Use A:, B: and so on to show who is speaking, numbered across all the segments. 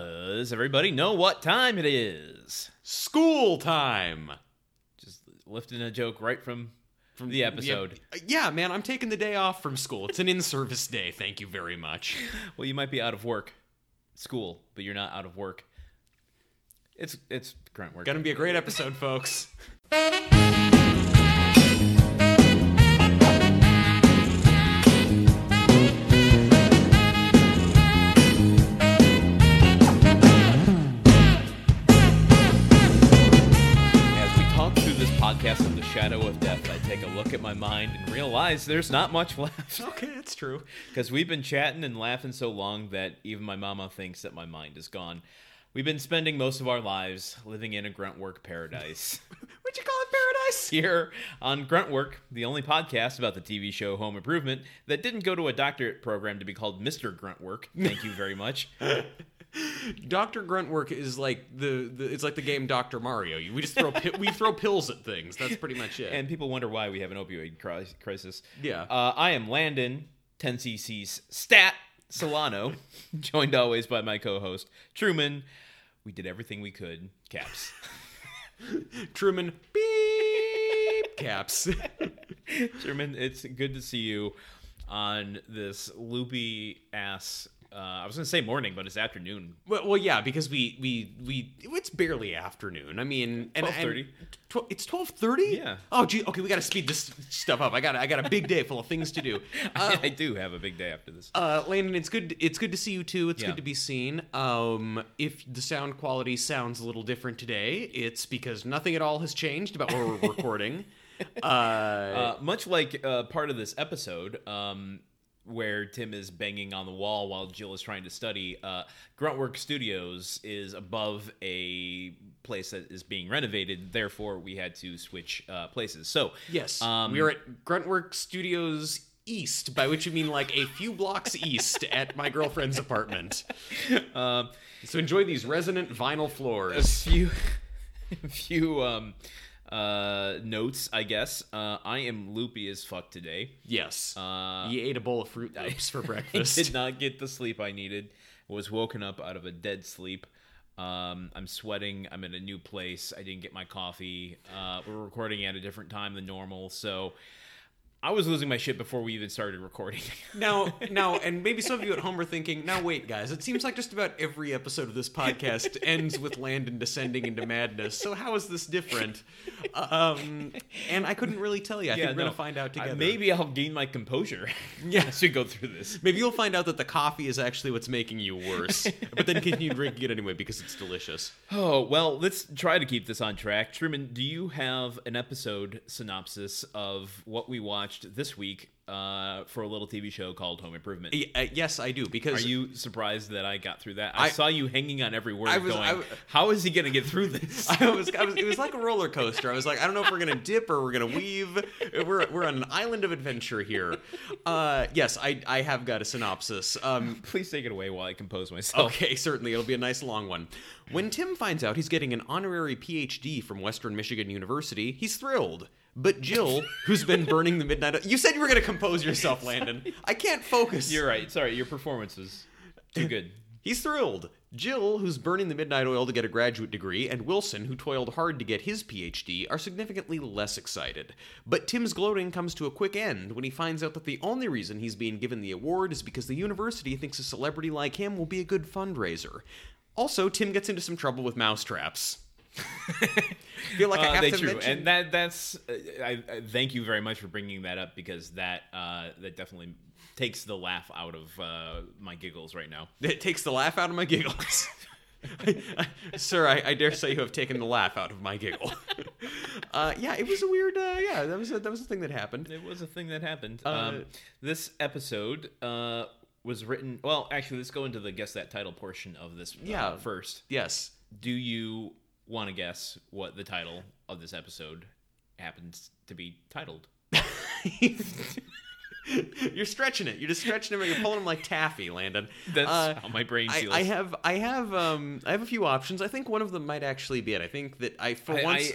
A: Does everybody know what time it is?
B: School time.
A: Just lifting a joke right from from the episode.
B: Yeah, yeah, man, I'm taking the day off from school. It's an in-service day. Thank you very much.
A: Well, you might be out of work, school, but you're not out of work. It's it's current work.
B: Gonna be a great episode, folks.
A: As we talk through this podcast of the shadow of death, I take a look at my mind and realize there's not much left
B: Okay, that's true.
A: because we've been chatting and laughing so long that even my mama thinks that my mind is gone. We've been spending most of our lives living in a grunt work paradise.
B: Would you call it paradise?
A: here on Gruntwork, the only podcast about the TV show Home Improvement that didn't go to a doctorate program to be called Mr. Gruntwork. Thank you very much.
B: Doctor Gruntwork is like the, the it's like the game Doctor Mario. You- We just throw pi- we throw pills at things. That's pretty much it.
A: and people wonder why we have an opioid cri- crisis.
B: yeah.
A: Uh, I am Landon, 10cc's stat Solano, joined always by my co-host Truman. We did everything we could. Caps.
B: Truman beep caps.
A: Truman, it's good to see you on this loopy ass. Uh, I was gonna say morning, but it's afternoon.
B: Well, well, yeah, because we we we it's barely afternoon. I mean, and,
A: 12:30.
B: and- tw- it's twelve thirty.
A: Yeah.
B: Oh, gee. Okay, we got to speed this stuff up. I got I got a big day full of things to do. Uh,
A: I do have a big day after this.
B: uh, Landon, it's good. It's good to see you too. It's
A: Yeah.
B: good to be seen. Um, if the sound quality sounds a little different today, it's because nothing at all has changed about where we're recording. Uh,
A: Uh, much like uh, part of this episode, um, where Tim is banging on the wall while Jill is trying to study, uh, Gruntwork Studios is above a place that is being renovated. Therefore, we had to switch uh, places. So,
B: yes,
A: um,
B: we are at Gruntwork Studios East, by which you mean like a few blocks east at my girlfriend's apartment.
A: um,
B: So enjoy these resonant vinyl
A: a
B: floors.
A: few, a few um, uh, notes, I guess. Uh, I am loopy as fuck today.
B: Yes.
A: Uh,
B: you ate a bowl of fruit loops for
A: I
B: breakfast.
A: did not get the sleep I needed. Was woken up out of a dead sleep. Um, I'm sweating. I'm in a new place. I didn't get my coffee. Uh, we're recording at a different time than normal, so I was losing my shit before we even started recording.
B: Now, now, and maybe some of you at home are thinking, now wait, guys, it seems like just about every episode of this podcast ends with Landon descending into madness. So how is this different? Um, and I couldn't really tell you. I think we're
A: no.
B: gonna find out
A: I-
B: together.
A: maybe I'll gain my composure.
B: Yeah.
A: as we go through this.
B: Maybe you'll find out that the coffee is actually what's making you worse, but then continue drinking it anyway because it's delicious.
A: Oh well, let's try to keep this on track. Truman, do you have an episode synopsis of what we watched this week uh, for a little TV show called Home Improvement?
B: Y- uh, Yes, I do
A: Are
B: because
A: you surprised that I got through that? I,
B: I-
A: saw you hanging on every word,
B: I was-
A: going,
B: I was-
A: "How is he going to get through this?"
B: I was, I was, it was like a roller coaster. I was like, I don't know if we're gonna dip or we're gonna weave. We're we're on an island of adventure here. Uh, yes, I I have got a synopsis. Um,
A: Please take it away while I compose myself.
B: okay, certainly it'll be a nice long one. When Tim finds out he's getting an honorary PhD from Western Michigan University, he's thrilled. But Jill, who's been burning the midnight, you said you were gonna compose yourself, Landon. I can't focus.
A: You're right. Sorry, your performance was too good.
B: He's thrilled. Jill, who's burning the midnight oil to get a graduate degree, and Wilson, who toiled hard to get his PhD, are significantly less excited. But Tim's gloating comes to a quick end when he finds out that the only reason he's being given the award is because the university thinks a celebrity like him will be a good fundraiser. Also, Tim gets into some trouble with mousetraps. feel like I
A: Uh,
B: have
A: they
B: to
A: true,
B: mention-
A: and that that's. Uh, I, I thank you very much for bringing that up because that uh, that definitely takes the laugh out of uh, my giggles right now.
B: It takes the laugh out of my giggles. I, I- sir, I, I dare say you have taken the laugh out of my giggle. uh, yeah, it was a weird. Uh, yeah, that was a, that was a thing that happened.
A: It was a thing that happened.
B: Uh,
A: um, this episode uh, was written. Well, actually, let's go into the guess that title portion of this. uh,
B: Yeah.
A: first.
B: Yes,
A: Do you want to guess what the title of this episode happens to be titled?
B: you're stretching it. You're just stretching him. and You're pulling him like taffy, Landon.
A: That's
B: Uh,
A: how my brain
B: I,
A: feels.
B: I have I have um I have a few options. I think one of them might actually be it. I think that I for
A: I-
B: once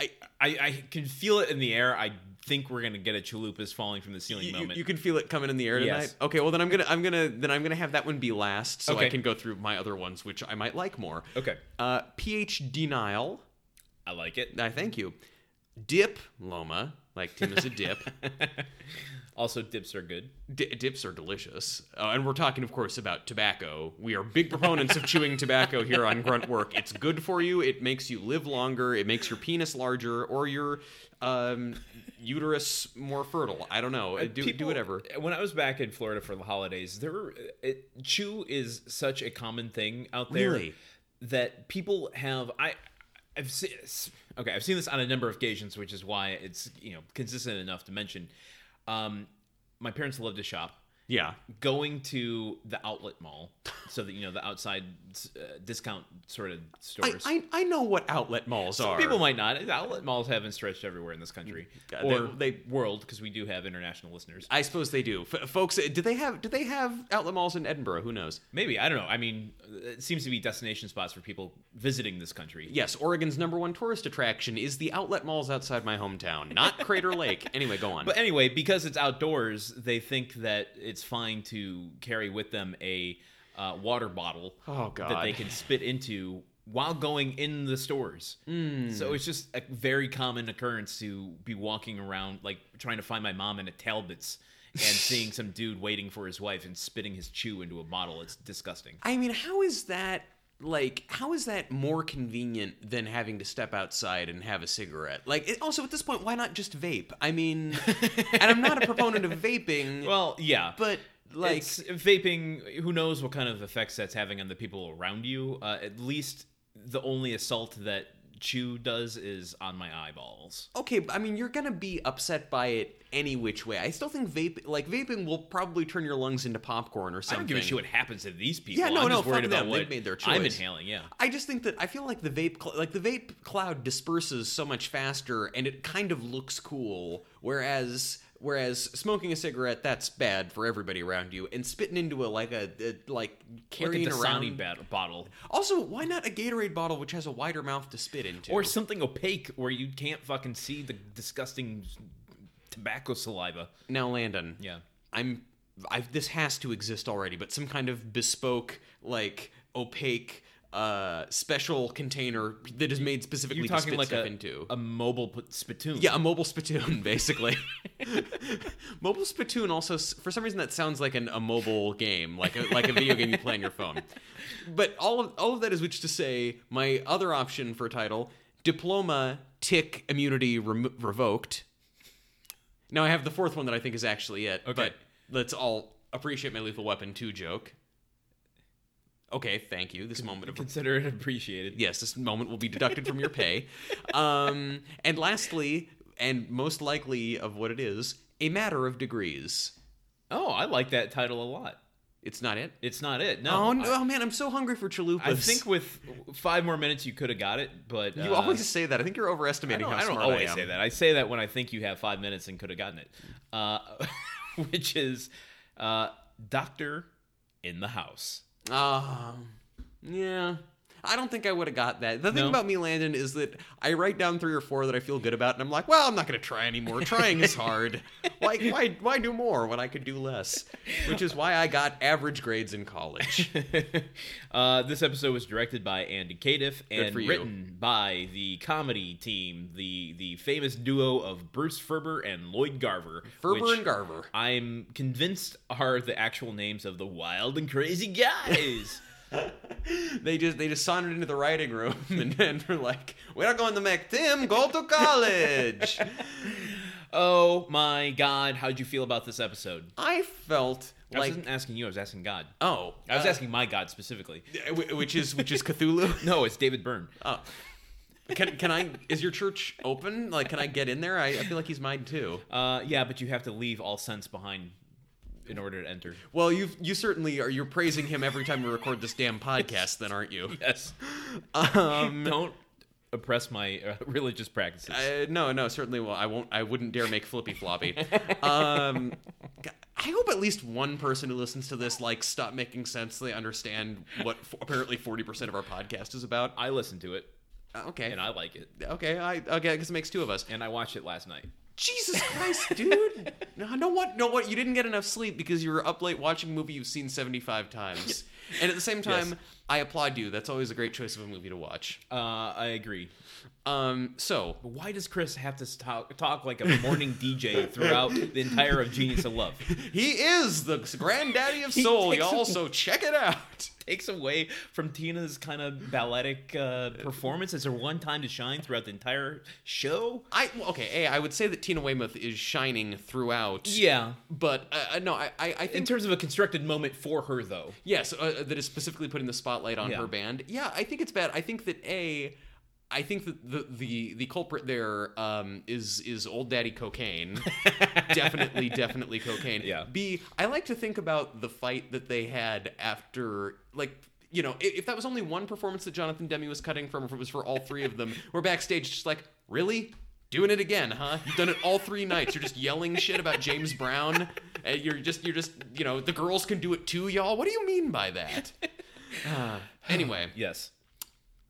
A: I, I, I can feel it in the air. I think we're gonna get a chalupas falling from the ceiling
B: You, you,
A: moment.
B: you can feel it coming in the air tonight.
A: Yes.
B: Okay, well then I'm gonna I'm gonna then I'm gonna have that one be last, so I
A: Okay.
B: can go through my other ones, which I might like more.
A: okay,
B: Uh, PH denial.
A: I like it.
B: I thank you. Dip Loma, like Tim is a dip.
A: Also, dips are good.
B: D- dips are delicious, uh, and we're talking, of course, about tobacco. We are big proponents of chewing tobacco here on Grunt Work. It's good for you. It makes you live longer. It makes your penis larger or your um, uterus more fertile. I don't know. Do do
A: People-
B: whatever.
A: When I was back in Florida for the holidays, there were it, chew is such a common thing out there
B: Really?
A: that people have. I I've seen okay, I've seen this on a number of occasions, which is why it's you know consistent enough to mention. Um, my parents love to shop.
B: Yeah.
A: Going to the outlet mall, so that you know the outside uh, discount sort of
B: I,
A: stores.
B: I I know what outlet malls are.
A: People might not. Outlet malls haven't stretched everywhere in this country
B: God,
A: or
B: they-
A: they, world because we do have international listeners.
B: I suppose they do, F- folks. uh, Do they have do they have outlet malls in Edinburgh? Who knows?
A: Maybe I don't know. I mean, it seems to be destination spots for people visiting this country.
B: Yes, Oregon's number one tourist attraction is the outlet malls outside my hometown, not Crater Lake. Anyway, go on.
A: But anyway, because it's outdoors, they think that it's fine to carry with them a uh, water bottle
B: Oh, God.
A: that they can spit into while going in the stores.
B: Mm.
A: So it's just a very common occurrence to be walking around, like trying to find my mom in a Talbot's and seeing some dude waiting for his wife and spitting his chew into a bottle. It's disgusting.
B: I mean, how is that like how is that more convenient than having to step outside and have a cigarette? Like it, also at this point, why not just vape? I mean, and I'm not a proponent of vaping,
A: Well, yeah,
B: but like
A: It's- vaping who knows what kind of effects that's having on the people around you uh, at least the only assault that chew does is on my eyeballs
B: okay, I mean, you're going to be upset by it any which way. I still think vape like vaping will probably turn your lungs into popcorn or
A: i
B: something.
A: don't give a shit what happens to these people
B: Yeah, no,
A: i'm
B: no,
A: just worried
B: fuck
A: about
B: them.
A: what
B: They've made their
A: i'm
B: choice.
A: inhaling yeah
B: I just think that I feel like the vape cl- like the vape cloud disperses so much faster and it kind of looks cool whereas whereas smoking a cigarette that's bad for everybody around you and spitting into a like a, a like
A: Look at
B: carrying
A: the Sony
B: around
A: bat- bottle
B: also why not a Gatorade bottle which has a wider mouth to spit into
A: or something opaque where you can't fucking see the disgusting tobacco saliva
B: now Landon
A: yeah
B: I'm I've this has to exist already, but some kind of bespoke, like opaque, uh, special container that is made specifically
A: you're
B: to
A: talking
B: spit
A: like
B: stuff
A: a,
B: into.
A: a mobile p- spittoon
B: yeah, a mobile spittoon, basically. mobile spittoon also, s- for some reason, that sounds like an, a mobile game, like a, like a video game you play on your phone. But all of all of that is which to say, my other option for title: diploma, tick, immunity rem- revoked. Now I have the fourth one that I think is actually it. But let's all appreciate my Lethal Weapon 2 joke. Okay, thank you. This moment of
A: consider it appreciated
B: yes, this moment will be deducted from your pay. Um, and lastly, and most likely of what it is, a matter of degrees.
A: oh i like that title a lot
B: It's not it.
A: it's not it no
B: Oh, no, oh man, I'm so hungry for chalupas.
A: I think with five more minutes you could have got it, but
B: you
A: uh,
B: always say that. I think you're
A: I
B: overestimating
A: don't,
B: how
A: I don't
B: smart
A: always
B: I am.
A: say that. I say that when I think you have five minutes and could have gotten it, uh, which is uh, doctor in the house.
B: Um, yeah. I don't think I would have got that. The thing
A: No.
B: about me, Landon, is that I write down three or four that I feel good about, and I'm like, well, I'm not going to try anymore. Trying is hard. why, why, why do more when I could do less? Which is why I got average grades in college.
A: uh, this episode was directed by Andy Cadiff and
B: for you.
A: written by the comedy team, the the famous duo of Bruce Ferber and Lloyd Garver.
B: Ferber
A: which
B: and Garver.
A: I'm convinced are the actual names of the wild and crazy guys.
B: They just they just sauntered into the writing room and then were like, we're not going to make Tim go to college.
A: Oh my God! How'd you feel about this episode?
B: I felt
A: I
B: like
A: wasn't asking you. I was asking God.
B: oh,
A: I was
B: uh,
A: asking my God specifically.
B: wh- which is which is Cthulhu.
A: No, it's David Byrne.
B: Oh. Can can I is your church open? Like can I get in there? I, I feel like he's mine too.
A: Uh, yeah, but you have to leave all sense behind in order to enter.
B: Well, you you certainly are you're praising him every time we record this damn podcast then, aren't you?
A: Yes.
B: Um
A: Don't oppress my uh, religious practices.
B: I, Uh, no, no, certainly well I won't I wouldn't dare make flippy floppy. Um g- I hope at least one person who listens to this like stop making sense. They understand what f- apparently forty percent of our podcast is about.
A: I listened to it
B: Uh, Okay,
A: and I like it,
B: okay, I okay, because it makes two of us.
A: and I watched it last night.
B: Jesus Christ, dude! No, no, what? No, what? You didn't get enough sleep because you were up late watching a movie you've seen seventy-five times. And at the same time,
A: Yes.
B: I applaud you. That's always a great choice of a movie to watch.
A: Uh, I agree.
B: Um, so
A: But why does Chris have to talk, talk like a morning DJ throughout the entire of Genius of Love?
B: he is the granddaddy of soul,
A: takes
B: y'all.
A: a-
B: So check it out.
A: Takes away from Tina's kind of balletic uh, performance. It's her one time to shine throughout the entire show.
B: I well, okay. A, I would say that Tina Weymouth is shining throughout.
A: Yeah.
B: But uh, uh, no, I I, I
A: In
B: think
A: terms of a constructed moment for her, though.
B: Yes, uh, that is specifically putting the spotlight on
A: Yeah.
B: her band. Yeah, I think it's bad. I think that a, I think that the the the culprit there um, is is old daddy cocaine. definitely, definitely cocaine.
A: Yeah.
B: B, I like to think about the fight that they had after, like. You know, i- if that was only one performance that Jonathan Demi was cutting from, if it was for all three of them, we're backstage just like, really? Doing it again, huh? You've done it all three nights. You're just yelling shit about James Brown. And you're just, you're just, you know, the girls can do it too, y'all. What do you mean by that? Ah, anyway,
A: Yes.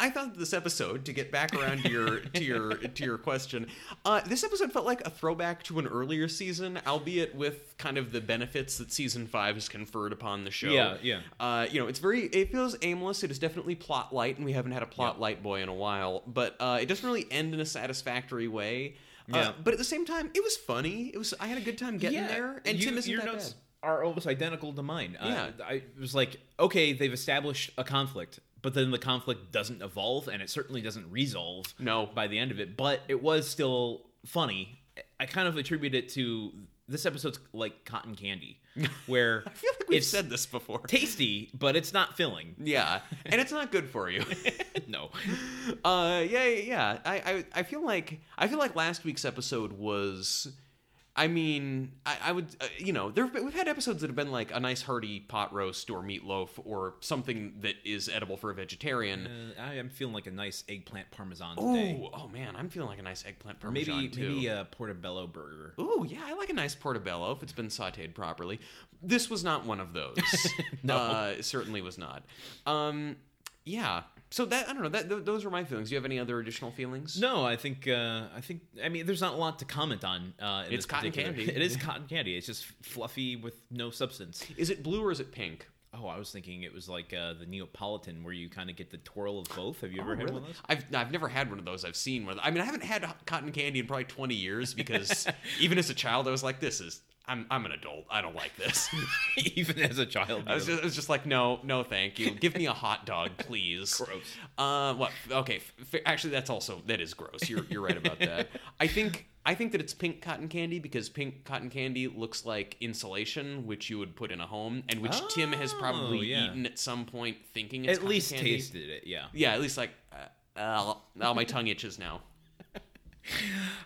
B: I thought this episode to get back around to your to your to your question. Uh, this episode felt like a throwback to an earlier season, albeit with kind of the benefits that season five has conferred upon the show.
A: Yeah, yeah.
B: Uh, you know, it's very it feels aimless. It is definitely plot light, and we haven't had a plot light boy in a while. But uh, it doesn't really end in a satisfactory way. Uh,
A: Yeah.
B: but at the same time, it was funny. It was I had a good time getting there, and
A: you-
B: Tim isn't
A: your
B: that
A: notes
B: bad.
A: are almost identical to mine. Uh,
B: Yeah.
A: I was like, okay, they've established a conflict, but then the conflict doesn't evolve, and it certainly doesn't resolve.
B: No.
A: by the end of it, but it was still funny. I kind of attribute it to this episode's like cotton candy, where
B: I feel like we've
A: it's
B: said this before.
A: tasty, but it's not filling.
B: yeah, and it's not good for you.
A: no,
B: Uh, yeah, yeah, yeah. I, I, I feel like I feel like last week's episode was. I mean, I, I would, uh, you know, there we've had episodes that have been like a nice hearty pot roast or meatloaf or something that is edible for a vegetarian.
A: uh, I am feeling like a nice eggplant parmesan today.
B: Ooh, oh man, I'm feeling like a nice eggplant
A: Or maybe
B: parmesan too.
A: maybe uh, a portobello burger.
B: Ooh, yeah, I like a nice portobello if it's been sauteed properly. This was not one of those.
A: No.
B: uh, it certainly was not. Um, yeah. So that I don't know. That th- those were my feelings. Do you have any other additional feelings?
A: No, I think uh, I think I mean there's not a lot to comment on. Uh, in
B: It's
A: this
B: cotton
A: particular-
B: candy.
A: It is cotton candy. It's just fluffy with no substance.
B: Is it blue or is it pink?
A: Oh, I was thinking it was like uh, the Neapolitan, where you kind of get the twirl of both. Have you ever had one of those?
B: I've I've never had one of those. I've seen one. Of th- I mean, I haven't had h- cotton candy in probably twenty years because even as a child, I was like, "This is I'm I'm an adult. I don't like this."
A: Even as a child,
B: I was
A: you know,
B: just, I was just like, "No, no, thank you. Give me a hot dog, please."
A: Gross.
B: Uh, what? Okay. F- f- actually, that's also that is gross. You're you're right about that. I think. I think that it's pink cotton candy because pink cotton candy looks like insulation, which you would put in a home, and which Tim has
A: Oh,
B: probably
A: yeah.
B: eaten at some point, thinking it's
A: at
B: cotton
A: least
B: candy.
A: tasted it. Yeah.
B: Yeah, at least like, uh, uh, now my tongue itches now.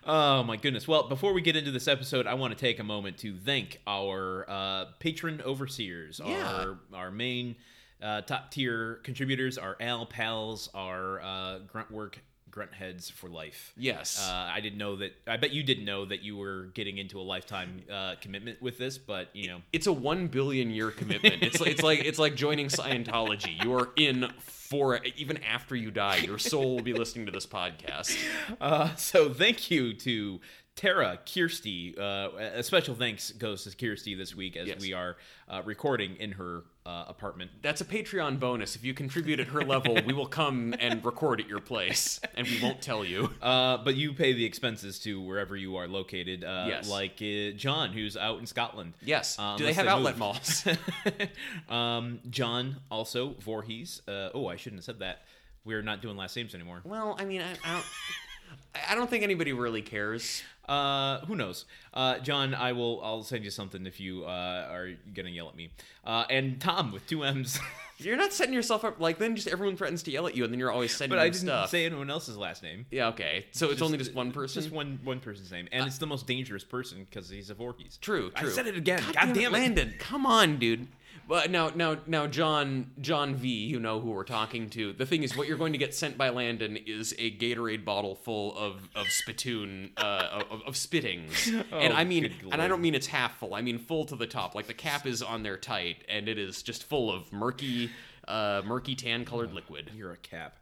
A: Oh my goodness. Well, before we get into this episode, I want to take a moment to thank our uh, patron overseers,
B: Yeah.
A: our our main uh, top tier contributors, our Al pals, our uh, grunt work grunt heads for life.
B: Yes.
A: Uh, I didn't know that. I bet you didn't know that you were getting into a lifetime uh, commitment with this, but you know,
B: it's a one billion year commitment. It's like, it's like it's like joining Scientology. You are in for even after you die. Your soul will be listening to this podcast.
A: Uh, so thank you to Tara Kirsty. Uh, a special thanks goes to Kirsty this week as
B: Yes.
A: we are uh, recording in her uh, apartment.
B: That's a Patreon bonus. If you contribute at her level, we will come and record at your place, and we won't tell you.
A: Uh, but you pay the expenses to wherever you are located, uh,
B: Yes.
A: like uh, John, who's out in Scotland.
B: Yes.
A: Uh,
B: Do they
A: unless
B: have outlet
A: move.
B: malls?
A: um, John also Voorhees. Uh, oh, I shouldn't have said that. We're not doing last names anymore.
B: Well, I mean, I, I don't. I- I don't think anybody really cares.
A: Uh, who knows? Uh, John, I will. I'll send you something if you uh, are gonna yell at me. Uh, and Tom with two M's.
B: You're not setting yourself up like then. Just everyone threatens to yell at you, and then you're always sending
A: But I
B: them
A: didn't
B: stuff.
A: say anyone else's last name.
B: Yeah, okay. So it's only just one
A: It's
B: person. Uh,
A: just one one person's name, and it's the most dangerous person because he's a Voorhees.
B: True,
A: I
B: true.
A: said it again. God,
B: Goddamn
A: damn it.
B: Landon, come on, dude. But now, now, now, John, John V, you know who we're talking to. The thing is, what you're going to get sent by Landon is a Gatorade bottle full of of spittoon, uh, of, of spittings. and I mean,
A: Oh, good
B: and I
A: lord.
B: don't mean it's half full. I mean full to the top. Like the cap is on there tight, and it is just full of murky, uh, murky tan colored liquid.
A: You're a cap.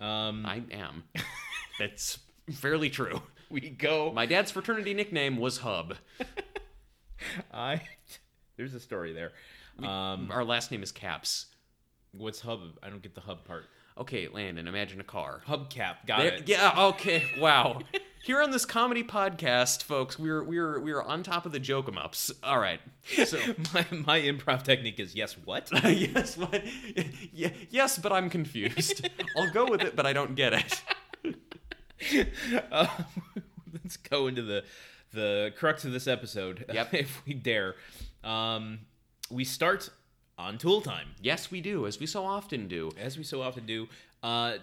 A: Um,
B: I am. That's fairly true.
A: we go.
B: My dad's fraternity nickname was Hub.
A: I there's a story there. Um,
B: Our last name is Caps.
A: what's hub? I don't get the hub part.
B: Okay, Landon, imagine a car.
A: Hubcap. Got
B: There-
A: it.
B: yeah, okay. Wow. Here on this comedy podcast, folks, we're we're we're on top of the joke 'em ups. All right. So
A: My my improv technique is yes. What?
B: yes, what? Yeah, yes, but I'm confused. I'll go with it, but I don't get it.
A: Uh, let's go into the the crux of this episode,
B: Yep.
A: if we dare. Um, we start on Tool time,
B: Yes, we do, as we so often do.
A: as we so often do. Uh,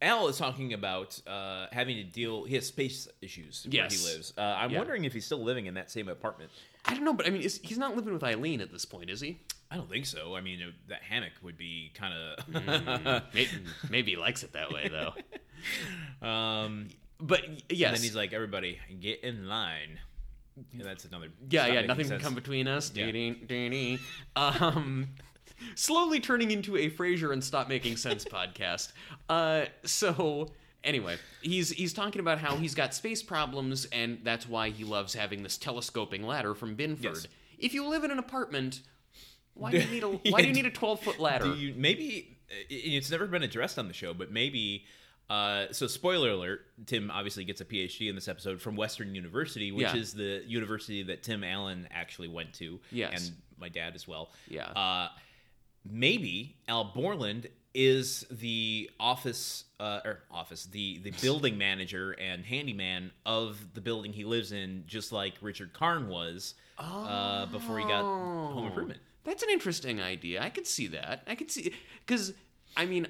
A: Al is talking about uh, having to deal. He has space issues where
B: Yes.
A: he lives. Uh, I'm
B: Yeah.
A: wondering if he's still living in that same apartment.
B: I don't know, but I mean, is, he's not living with Eileen at this point, is he?
A: I don't think so. I mean, it- that hammock would be kind of. Mm-hmm.
B: Maybe, maybe he likes it that way, though.
A: um,
B: But y- yes,
A: And then he's like, "Everybody, get in line." And that's another.
B: yeah,
A: stop
B: yeah,
A: making
B: nothing
A: sense.
B: can come between us.
A: Yeah.
B: Dee-dee, dee-dee. Um, slowly turning into a Frasier and Stop Making Sense podcast. Uh, so anyway, he's he's talking about how he's got space problems, and that's why he loves having this telescoping ladder from Binford.
A: Yes.
B: If you live in an apartment, why do you need a why do you need a twelve foot ladder?
A: Do you maybe uh, i- it's never been addressed on the show, but maybe. Uh, so spoiler alert: Tim obviously gets a PhD in this episode from Western University, which
B: Yeah.
A: is the university that Tim Allen actually went to,
B: Yes.
A: and my dad as well.
B: Yeah.
A: Uh, maybe Al Borland is the office uh, or office the the building manager and handyman of the building he lives in, just like Richard Karn was uh, before he got Home
B: Oh.
A: Improvement.
B: That's an interesting idea. I could see that. I could see because I mean,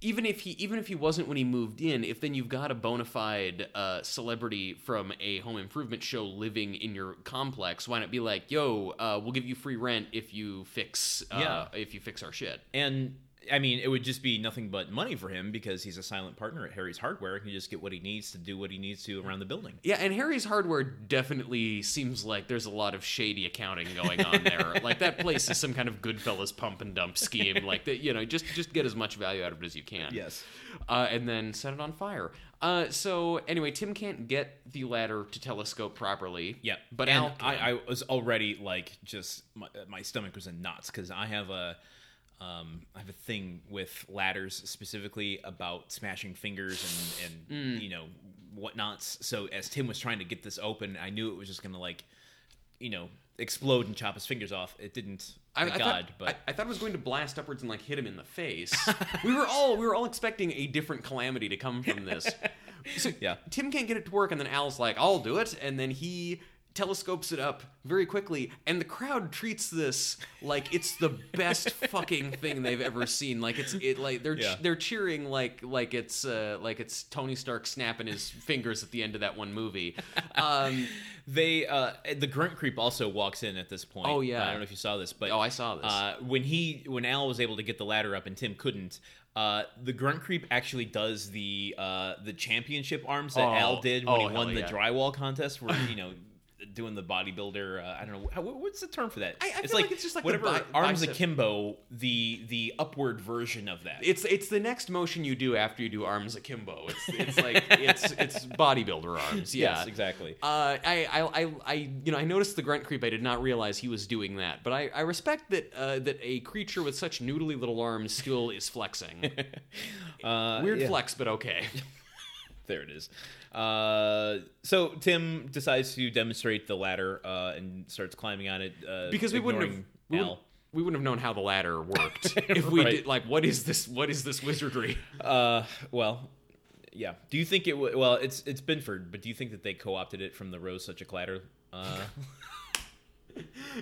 B: even if he even if he wasn't when he moved in, if then you've got a bona fide uh, celebrity from a home improvement show living in your complex, why not be like, "Yo, uh, we'll give you free rent if you fix uh,
A: Yeah.
B: if you fix our shit."
A: And I mean, it would just be nothing but money for him because he's a silent partner at Harry's Hardware. He can just get what he needs to do what he needs to around the building.
B: Yeah, and Harry's Hardware definitely seems like there's a lot of shady accounting going on there. like that place is some kind of Goodfellas pump and dump scheme. Like that, you know, just just get as much value out of it as you can.
A: Yes.
B: uh, and then set it on fire. Uh, so anyway, Tim can't get the ladder to telescope properly.
A: Yeah,
B: but
A: and
B: Al, can.
A: I, I was already like just my, my stomach was in knots because I have a um, I have a thing with ladders specifically about smashing fingers and
B: Mm.
A: and you know whatnots. So as Tim was trying to get this open, I knew it was just gonna like you know explode and chop his fingers off. It didn't. Thank God,
B: thought,
A: but
B: I, I thought it was going to blast upwards and like hit him in the face. we were all we were all expecting a different calamity to come from this. So
A: Yeah.
B: Tim can't get it to work, and then Al's like, "I'll do it," and then he telescopes it up very quickly, and the crowd treats this like it's the best fucking thing they've ever seen. Like it's it like they're
A: Yeah.
B: they're cheering like like it's uh, like it's Tony Stark snapping his fingers at the end of that one movie. Um,
A: They uh the grunt creep also walks in at this point.
B: Oh, yeah.
A: I don't know if you saw this, but
B: Oh, I saw this.
A: Uh, when he when Al was able to get the ladder up and Tim couldn't, uh, the grunt creep actually does the uh the championship arms that
B: Oh,
A: Al did when
B: oh,
A: he
B: hell
A: won the
B: yeah.
A: drywall contest, where you know. Doing the bodybuilder, uh, I don't know how, what- what's the term for that.
B: I- I feel like it's just like the
A: whatever
B: bi-
A: arms
B: bicep-
A: akimbo, the the upward version of that.
B: It's it's the next motion you do after you do arms akimbo. It's it's like it's it's bodybuilder arms. Yeah.
A: Yes, exactly.
B: Uh, I, I, I, I, you know, I noticed the grunt creep. I did not realize he was doing that, but I, I respect that uh, that a creature with such noodly little arms still is flexing.
A: Uh,
B: Weird
A: yeah.
B: flex, but okay.
A: There it is. Uh, so Tim decides to demonstrate the ladder uh, and starts climbing on it uh,
B: Because we wouldn't have
A: ignoring
B: we wouldn't,
A: Al.
B: we wouldn't have known how the ladder worked if we
A: Right.
B: did. Like, what is this? What is this wizardry?
A: Uh, well, yeah. Do you think it? W- well, it's it's Binford, but do you think that they co-opted it from the Rose Such a Clatter? Uh,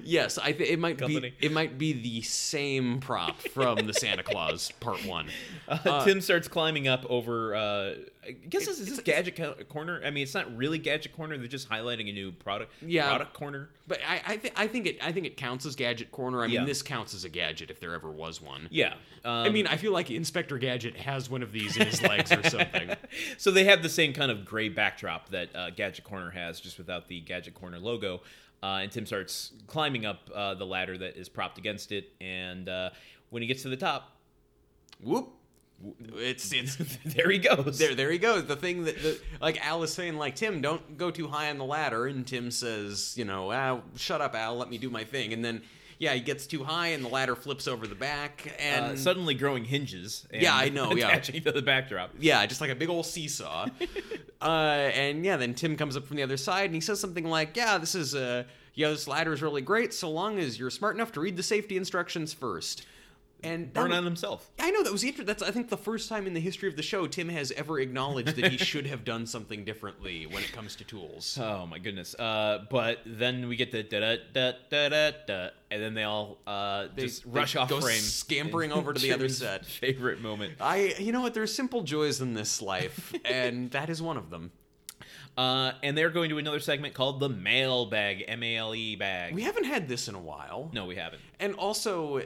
B: yes, I think it might
A: Company.
B: be it might be the same prop from the Santa Claus Part One. Uh,
A: Tim starts climbing up over. Uh, I guess this is this gadget Co- corner. I mean, it's not really gadget corner. They're just highlighting a new product.
B: Yeah.
A: product corner.
B: But I, I, th- I think it I think it counts as gadget corner. I mean,
A: Yeah.
B: this counts as a gadget if there ever was one.
A: Yeah.
B: I mean, I feel like Inspector Gadget has one of these in his legs or something.
A: Um, So they have the same kind of gray backdrop that uh, Gadget Corner has, just without the Gadget Corner logo. Uh, and Tim starts climbing up uh, the ladder that is propped against it. And uh, when he gets to the top,
B: Whoop. It's it's
A: there he goes.
B: there there he goes. The thing that the, like Al is saying, like Tim, don't go too high on the ladder, and Tim says, you know, ah, shut up, Al, let me do my thing, and then. Yeah, he gets too high and the ladder flips over the back, and
A: uh, suddenly growing hinges. And
B: Yeah, I know, yeah.
A: Attaching to the backdrop.
B: Yeah, just like a big old seesaw. uh, and yeah, then Tim comes up from the other side and he says something like, "Yeah, this is uh, yeah, this ladder is really great so long as you're smart enough to read the safety instructions first. And that
A: Burn
B: was-
A: on himself.
B: I know that was inter- that's I think the first time in the history of the show Tim has ever acknowledged that he should have done something differently when it comes to tools.
A: Oh my goodness. Uh, but then we get the da da da da da da, and then they all uh, just
B: they
A: rush off
B: go
A: frame,
B: scampering over to the other
A: Jim's
B: set.
A: Favorite moment.
B: I you know what there's simple joys in this life and that is one of them.
A: Uh, and they're going to another segment called the mailbag, M A L E bag.
B: We haven't had this in a while.
A: no, we haven't.
B: and also eh,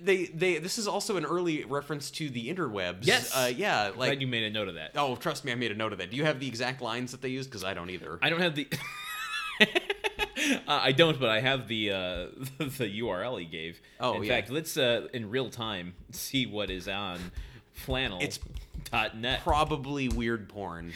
B: they they this is also an early reference to the interwebs
A: Yes.
B: uh, yeah like
A: Glad you made a note of that.
B: oh trust me i made a note of that do you have the exact lines that they used because i don't either
A: I don't have the. uh, I don't, but I have the uh, the URL he gave.
B: Oh,
A: in
B: yeah.
A: fact, let's uh, in real time see what is on flannel.
B: It's
A: dot net.
B: probably weird porn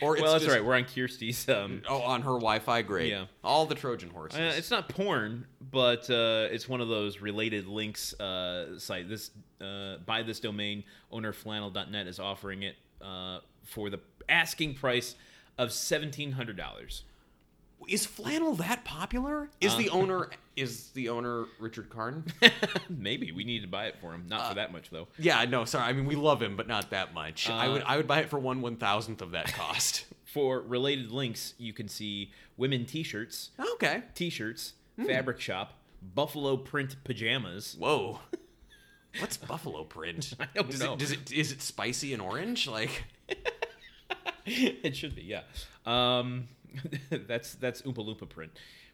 B: or it's
A: well, that's
B: just-
A: right. We're on Kirsty's. Um,
B: oh on her wi-fi grade
A: Yeah.
B: all the trojan horses
A: uh, it's not porn, but uh, it's one of those related links uh, site. This uh, buy this domain ownerflannel.net is offering it uh, for the asking price of seventeen hundred dollars.
B: is flannel that popular Uh. is the owner is the owner richard Karn?
A: Maybe we need to buy it for him.
B: Uh,
A: Not for that much though.
B: yeah no sorry i mean we love him but not that much i would i would buy it for one one thousandth of that cost
A: For related links, you can see women t-shirts,
B: okay
A: t-shirts,
B: Hmm.
A: fabric shop, buffalo print pajamas.
B: Whoa. What's buffalo print? I
A: don't
B: does
A: know.
B: It, does it is it spicy and orange? Like
A: it should be, yeah. Um, that's that's Oompa Loompa print.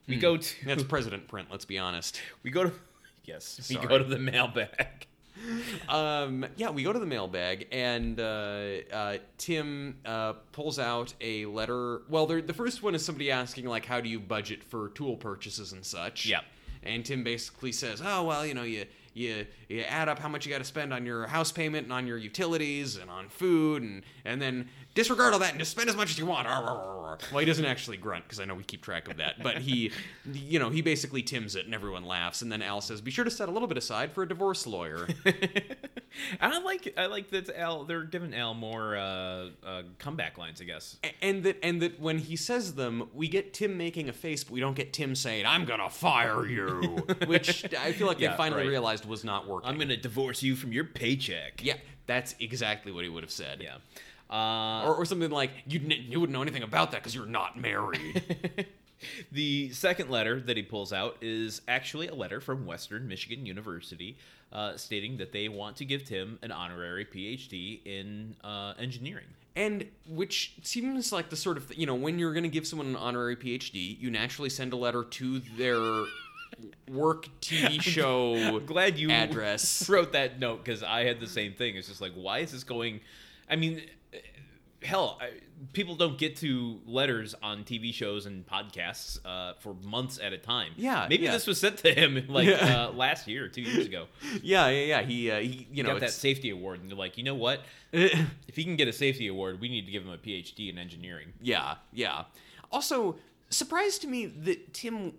A: We
B: Hmm.
A: go to
B: that's president print. Let's be honest.
A: we go to yes we go
B: Sorry.
A: to the mailbag.
B: Um, yeah, we go to the mailbag and uh, uh, Tim uh, pulls out a letter. Well, there- the first one is somebody asking like, how do you budget for tool purchases and such?
A: Yep.
B: And Tim basically says, oh well, you know you. You, you add up how much you got to spend on your house payment and on your utilities and on food and and then disregard all that and just spend as much as you want. Arr, arr, arr, arr. Well, he doesn't actually grunt because I know we keep track of that, but he, you know, he basically tims it and everyone laughs. And then Al says, "Be sure to set a little bit aside for a divorce lawyer."
A: And I like I like that Al. They're giving Al more uh, uh, comeback lines, I guess.
B: A- and that and that when he says them, we get Tim making a face, but we don't get Tim saying, "I'm gonna fire you," which I feel like
A: Yeah,
B: they finally
A: right.
B: realized was not working.
A: I'm gonna divorce you from your paycheck.
B: yeah, that's exactly what he would have said.
A: Yeah. Uh,
B: Or, or something like you, kn- you wouldn't know anything about that because you're not married.
A: The second letter that he pulls out is actually a letter from Western Michigan University uh, stating that they want to give Tim an honorary PhD in uh, engineering.
B: and which seems like the sort of you know when you're going to give someone an honorary PhD, you naturally send a letter to their work TV show
A: Glad you
B: address.
A: wrote that note because I had the same thing. It's just like, why is this going? I mean, eh, hell, I, people don't get to letters on TV shows and podcasts uh, for months at a time.
B: Yeah,
A: maybe
B: yeah.
A: this was sent to him like
B: Yeah.
A: uh, last year, or two years ago.
B: Yeah, yeah, yeah. He, uh, he you
A: You
B: know,
A: got that safety award, and they're like, you know what?
B: it's-
A: If he can get a safety award, we need to give him a PhD in engineering.
B: Yeah, yeah. Also, surprised to me that Tim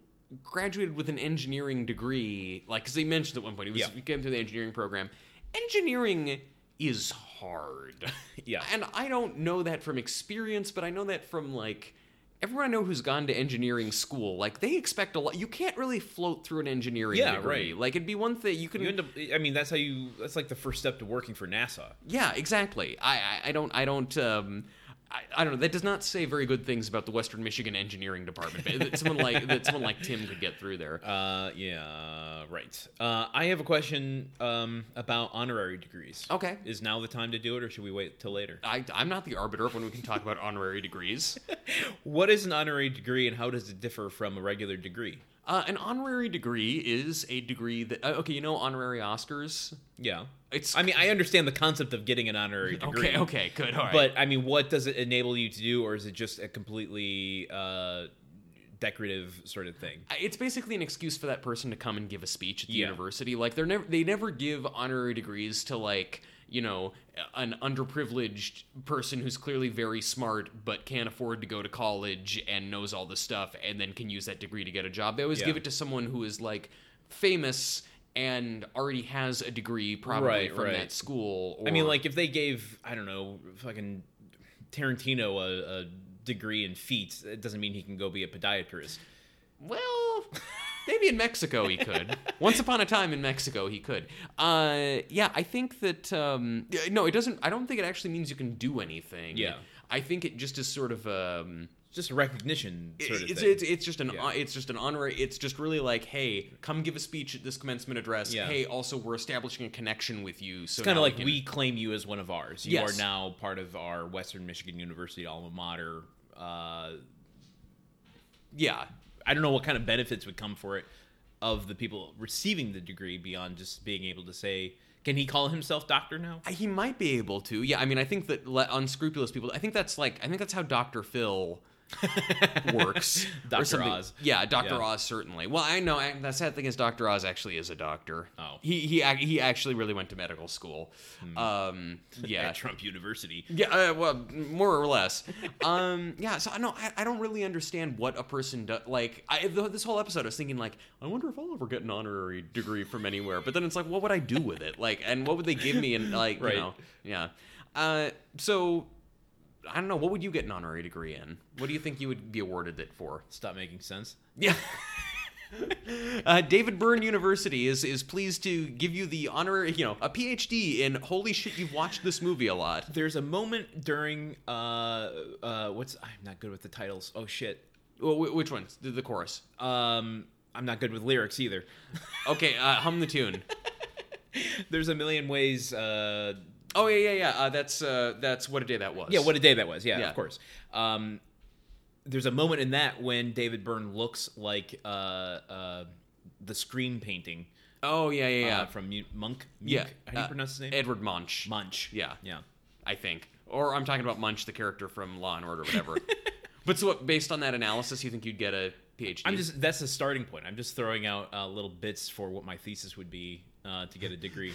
B: graduated with an engineering degree, like, because they mentioned at one point he, was,
A: Yeah.
B: he came through the engineering program. Engineering is hard.
A: Yeah.
B: And I don't know that from experience, but I know that from, like, everyone I know who's gone to engineering school. Like, they expect a lot. You can't really float through an engineering
A: Yeah,
B: degree.
A: right.
B: Like, it'd be one thing you can.
A: You end up. I mean, that's how you. That's like the first step to working for NASA.
B: Yeah, exactly. I, I, I don't, I don't, um, I, I don't know. That does not say very good things about the Western Michigan Engineering Department. But that someone like that, someone like Tim could get through there.
A: Uh, yeah, right. Uh, I have a question um, about honorary degrees.
B: Okay.
A: Is now the time to do it, or should we wait till later?
B: I, I'm not the arbiter of when we can talk about honorary degrees.
A: What is an honorary degree, and how does it differ from a regular degree?
B: Uh, an honorary degree is a degree that uh, okay, you know, honorary Oscars.
A: Yeah.
B: It's
A: I mean, I understand the concept of getting an honorary degree.
B: okay, okay, good, all right.
A: But I mean, what does it enable you to do, or is it just a completely uh, decorative sort of thing?
B: it's basically an excuse for that person to come and give a speech at the
A: Yeah.
B: university. Like they're never they never give honorary degrees to like you know, an underprivileged person who's clearly very smart but can't afford to go to college and knows all this stuff and then can use that degree to get a job. They always
A: Yeah.
B: give it to someone who is like famous and already has a degree probably
A: Right,
B: from
A: right.
B: that school. Or,
A: I mean, like if they gave I don't know fucking Tarantino a, a degree in feet, it doesn't mean he can go be a podiatrist.
B: Well, maybe in Mexico he could. Once upon a time in Mexico he could. Uh, yeah, I think that um, yeah, no, it doesn't. I don't think it actually means you can do anything.
A: Yeah.
B: I think it just is sort of um,
A: It's just a recognition sort of
B: it's,
A: thing.
B: it's it's just an uh,
A: Yeah.
B: it's just an honorary. It's just really like, hey, come give a speech at this commencement address.
A: Yeah.
B: Hey, also we're establishing a connection with you. So
A: It's kind
B: now
A: of like
B: can-
A: we claim you as one of ours. You
B: Yes.
A: are now part of our Western Michigan University alma mater. Uh,
B: yeah.
A: I don't know what kind of benefits would come for it of the people receiving the degree beyond just being able to say, can he call himself doctor now?
B: He might be able to. Yeah, I mean, I think that le- unscrupulous people. I think that's like I think that's how Doctor Phil works.
A: Dr.
B: or something.
A: Oz.
B: Yeah, Doctor
A: Yeah.
B: Oz certainly. Well, I know I, the sad thing is Doctor Oz actually is a doctor.
A: Oh. Hmm.
B: he he ac- he actually really went to medical school. Um, yeah,
A: At Trump University.
B: yeah, uh, well, more or less. Um, yeah, so I know I, I don't really understand what a person does. Like I, th- this whole episode, I was thinking like, I wonder if I'll ever get an honorary degree from anywhere. But then it's like, what would I do with it? Like, and what would they give me? And like,
A: Right.
B: you know, yeah. Uh, so I don't know. What would you get an honorary degree in? What do you think you would be awarded it for?
A: Stop making sense.
B: Yeah. Uh, David Byrne University is is pleased to give you the honorary, you know, a PhD in holy shit. You've watched this movie a lot.
A: There's a moment during uh, uh, what's I'm not good with the titles. Oh shit.
B: Well, wh- which one? The, the chorus.
A: Um, I'm not good with lyrics either.
B: Okay, uh, hum the tune.
A: There's a million ways. Uh,
B: Oh yeah, yeah, yeah. Uh, that's uh, that's what a day that was.
A: yeah, what a day that was. Yeah,
B: Yeah.
A: of course. Um, there's a moment in that when David Byrne looks like uh, uh, the scream painting
B: oh yeah, yeah, yeah.
A: uh, from Mu- Monk. Munch?
B: yeah.
A: How do you
B: uh,
A: pronounce his name?
B: Edward Munch.
A: Munch.
B: Yeah.
A: Yeah.
B: I think. Or I'm talking about Munch, the character from Law and Order, whatever. but so, what, based on that analysis, you think you'd get a PhD?
A: I'm just that's the starting point. I'm just throwing out uh, little bits for what my thesis would be uh, to get a degree.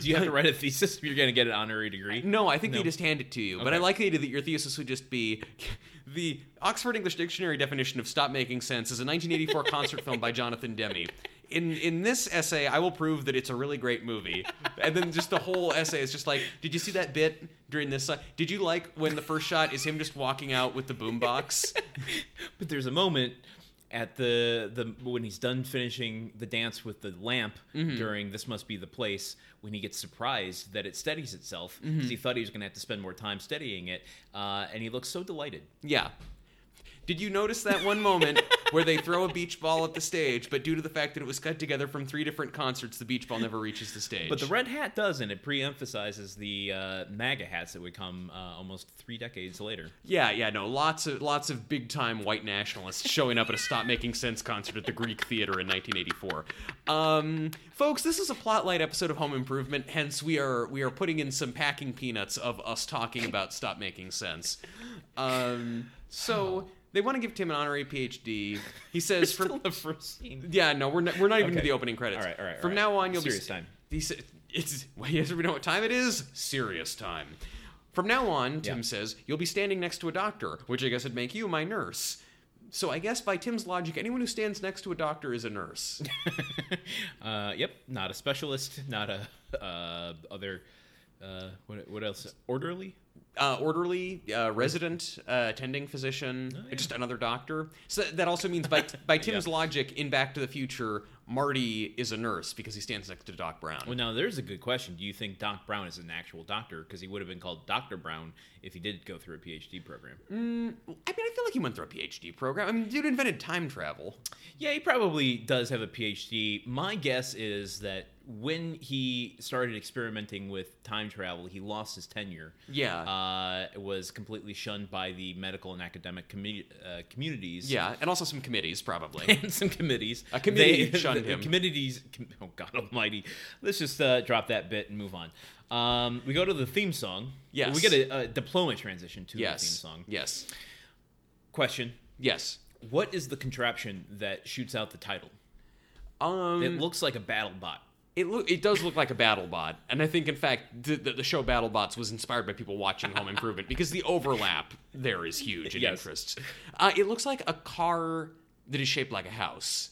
A: Do you have to write a thesis if you're going to get an honorary degree?
B: No, I think
A: No.
B: they just hand it to you. But I
A: Okay.
B: like the idea that your thesis would just be the Oxford English Dictionary definition of "stop making sense" is a 1984 concert film by Jonathan Demme. In in this essay, I will prove that it's a really great movie. And then just the whole essay is just like, did you see that bit during this? song? Did you like when the first shot is him just walking out with the boombox?
A: But there's a moment at the the when he's done finishing the dance with the lamp during this must be the place when he gets surprised that it steadies itself because he thought he was going to have to spend more time steadying it, uh, and he looks so delighted.
B: Yeah. Did you notice that one moment where they throw a beach ball at the stage, but due to the fact that it was cut together from three different concerts, the beach ball never reaches the stage?
A: But the red hat does, and it pre-emphasizes the uh, MAGA hats that would come uh, almost three decades later.
B: Yeah, yeah, no, lots of lots of big time white nationalists showing up at a Stop Making Sense concert at the Greek Theater in 1984. Um, folks, this is a plotlight episode of Home Improvement. Hence, we are we are putting in some packing peanuts of us talking about Stop Making Sense. Um, so they want to give Tim an honorary PhD. He says,
A: Still
B: "From
A: the first scene.
B: yeah, no, we're not, we're not even to
A: Okay.
B: the opening credits.
A: All right, all right, all
B: From
A: right.
B: now on, you'll
A: Serious
B: be
A: time.
B: He said, "It's well, yes, we know what time it is. Serious time." From now on, Tim
A: Yeah.
B: says, you'll be standing next to a doctor, which I guess would make you my nurse. So I guess by Tim's logic, anyone who stands next to a doctor is a nurse.
A: uh, yep, not a specialist, not a uh, other. Uh, what, what else? Orderly?
B: uh, orderly, uh, resident, uh, attending physician,
A: Oh, yeah.
B: just another doctor. So that also means by by Tim's logic, in Back to the Future, Marty is a nurse because he stands next to Doc Brown.
A: Well, now there's a good question. Do you think Doc Brown is an actual doctor? Because he would have been called Doctor Brown if he did go through a PhD program.
B: I mean, I feel like he went through a PhD program. I mean, dude invented time travel.
A: Yeah, he probably does have a PhD. My guess is that when he started experimenting with time travel, he lost his tenure.
B: Yeah.
A: Uh, was completely shunned by the medical and academic commu- uh, communities.
B: yeah, and also some committees, probably.
A: and some committees.
B: A committee shunned
A: the
B: him.
A: Committees. Com- oh God Almighty! Let's just uh, drop that bit and move on. Um, we go to the theme song.
B: Yes.
A: we get a, a diploma transition to
B: yes.
A: the theme song.
B: Yes.
A: Question:
B: Yes.
A: What is the contraption that shoots out the title?
B: Um,
A: It looks like a battle bot.
B: It loo- it does look like a BattleBot, and I think in fact the, the, the show BattleBots was inspired by people watching Home Improvement because the overlap there is huge in
A: Yes.
B: interests. Uh, it looks like a car that is shaped like a house.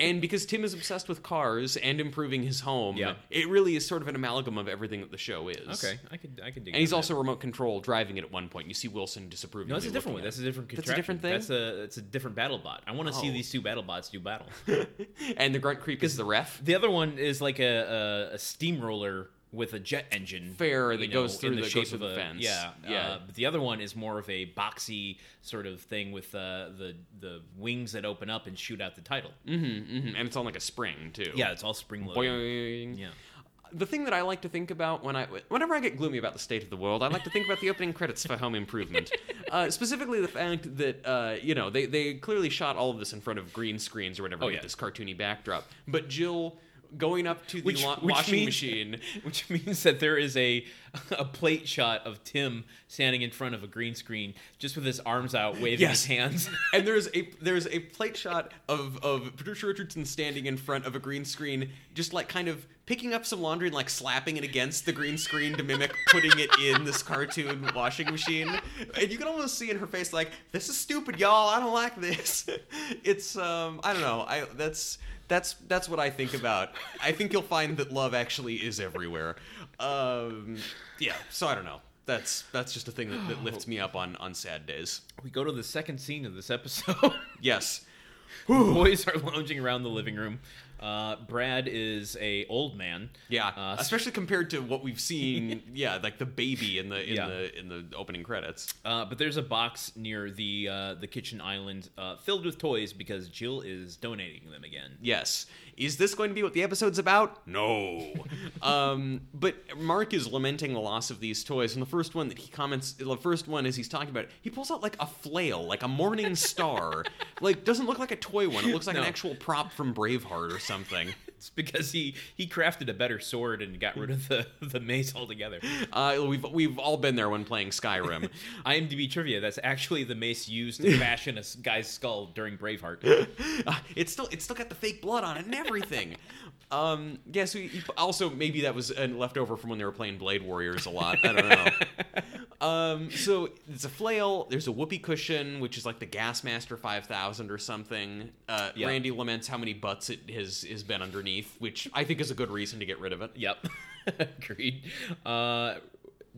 B: and because Tim is obsessed with cars and improving his home,
A: Yeah.
B: it really is sort of an amalgam of everything that the show is.
A: Okay, I could I could dig.
B: And he's
A: on that.
B: also remote control driving it at one point. You see Wilson disapproving.
A: No, that's a different one. That's a different
B: That's
A: contraption.
B: a different thing?
A: That's a it's a different battle bot. I want to see
B: Oh.
A: these two battle bots do battle.
B: and the grunt creep is the ref.
A: the other one is like a, a, a steamroller with a jet engine.
B: Fair,
A: you
B: that
A: know,
B: goes
A: in
B: through the- goes
A: shape
B: through
A: of
B: the
A: a-
B: fence.
A: Yeah,
B: Yeah.
A: Uh, but the other one is more of a boxy sort of thing with uh, the the wings that open up and shoot out the title.
B: hmm And it's on like a spring too.
A: Yeah, it's all spring loaded.
B: Boing.
A: Yeah.
B: The thing that I like to think about when I, whenever I get gloomy about the state of the world, I like to think about the opening credits for Home Improvement, uh, specifically the fact that uh, you know they they clearly shot all of this in front of green screens or whatever
A: Oh,
B: with
A: yeah.
B: this cartoony backdrop. But Jill going up to the
A: Which-
B: wa-
A: which
B: washing
A: means-
B: machine
A: Which means that there is a a plate shot of Tim standing in front of a green screen just with his arms out waving his
B: Yes.
A: hands.
B: And there's a there's a plate shot of of producer Richardson standing in front of a green screen, just like kind of picking up some laundry and like slapping it against the green screen to mimic putting it in this cartoon washing machine. And you can almost see in her face like, "This is stupid, y'all. I don't like this." It's um I don't know. I that's that's that's what I think about. I think you'll find that love actually is everywhere. Um, yeah. So I don't know. That's that's just a thing that, that lifts me up on on sad days.
A: We go to the second scene of this episode.
B: Yes.
A: The boys are lounging around the living room. Uh, Brad is a old man.
B: Yeah,
A: Uh,
B: especially compared to what we've seen. yeah, like the baby in the in
A: Yeah.
B: the in the opening credits.
A: uh, but there's a box near the uh, the kitchen island uh, filled with toys because Jill is donating them again.
B: Yes, is this going to be what the episode's about? No. um, but Mark is lamenting the loss of these toys, and the first one that he comments, the first one as he's talking about, it, he pulls out like a flail, like a morning star, like doesn't look like a toy one. It looks like an
A: No.
B: actual prop from Braveheart or something.
A: It's because he he crafted a better sword and got rid of the the mace altogether.
B: Uh, we've we've all been there when playing Skyrim.
A: IMDb trivia: That's actually the mace used to fashion a s- guy's skull during Braveheart.
B: Uh, it's still it's still got the fake blood on it and everything. um, yes. We, you- also, maybe that was a leftover from when they were playing Blade Warriors a lot. I don't know. um, so it's a flail. There's a whoopee cushion, which is like the Gas Master 5000 or something. Uh,
A: Yeah.
B: Randy laments how many butts it has has been underneath, which I think is a good reason to get rid of it.
A: Yep, agreed. Uh,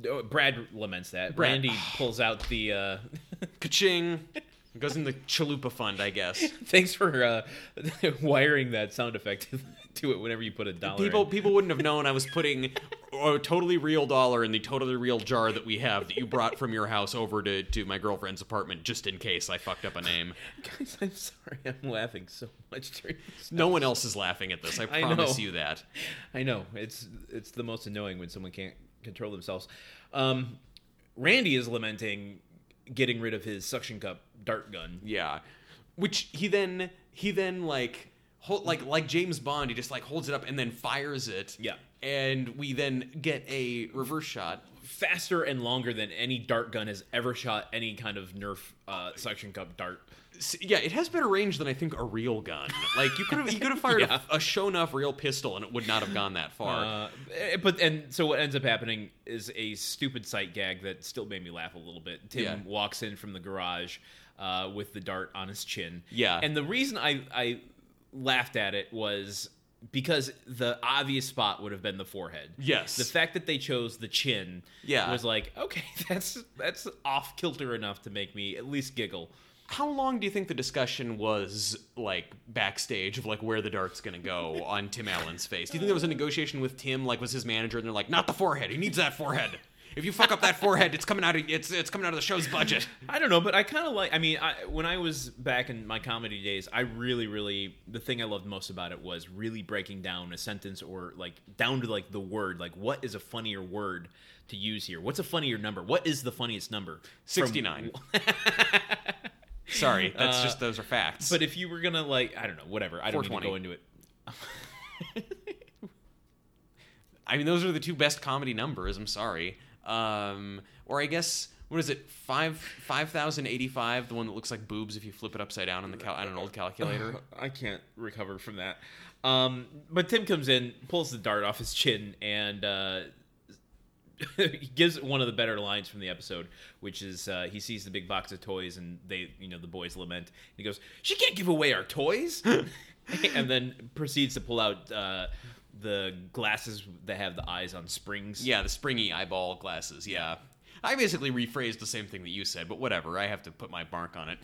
A: oh, Brad laments that.
B: Brad-
A: Randy pulls out the. Uh,
B: Kaching. It goes in the chalupa fund, I guess.
A: Thanks for uh, wiring that sound effect to it whenever you put a dollar.
B: People
A: in.
B: people wouldn't have known I was putting a totally real dollar in the totally real jar that we have that you brought from your house over to, to my girlfriend's apartment just in case I fucked up a name.
A: guys, I'm sorry, I'm laughing so much during this.
B: No one else is laughing at this. I
A: I know.
B: promise you that.
A: I know it's it's the most annoying when someone can't control themselves. Um, Randy is lamenting getting rid of his suction cup dart gun.
B: Yeah. Which he then he then like hold like like James Bond, he just like holds it up and then fires it.
A: Yeah.
B: And we then get a reverse shot.
A: Faster and longer than any dart gun has ever shot any kind of Nerf uh, suction cup dart.
B: S- Yeah, it has better range than I think a real gun. Like you could have you could have fired
A: Yeah.
B: a, a show enough real pistol and it would not have gone that far.
A: Uh, eh, but and so what ends up happening is a stupid sight gag that still made me laugh a little bit. Tim
B: Yeah.
A: walks in from the garage uh, with the dart on his chin.
B: Yeah.
A: and the reason I I laughed at it was because the obvious spot would have been the forehead.
B: Yes.
A: the fact that they chose the chin.
B: Yeah.
A: was like okay, that's that's off kilter enough to make me at least giggle.
B: How long do you think the discussion was like backstage of like where the dart's gonna go on Tim Allen's face? Do you think there was a negotiation with Tim? Like, was his manager and they're like, not the forehead. He needs that forehead. If you fuck up that forehead, it's coming out. Of, it's it's coming out of the show's budget.
A: I don't know, but I kind of like. I mean, I, when I was back in my comedy days, I really, really the thing I loved most about it was really breaking down a sentence or like down to like the word. Like, what is a funnier word to use here? What's a funnier number? What is the funniest number? From-
B: Sixty nine. Sorry, that's
A: Uh,
B: just those are facts.
A: But if you were gonna like, I don't know, whatever. I don't need to
B: 420.
A: go into it.
B: I mean, those are the two best comedy numbers. I'm sorry. Um, or I guess what is it? Five five thousand eighty five. The one that looks like boobs if you flip it upside down on the cal- on an old calculator.
A: I can't recover from that. Um, but Tim comes in, pulls the dart off his chin, and uh, he gives one of the better lines from the episode, which is uh, he sees the big box of toys, and they, you know, the boys lament. And he goes, "She can't give away our toys," and then proceeds to pull out uh, the glasses that have the eyes on springs.
B: Yeah, the springy eyeball glasses. Yeah. I basically rephrased the same thing that you said, but whatever. I have to put my mark on it.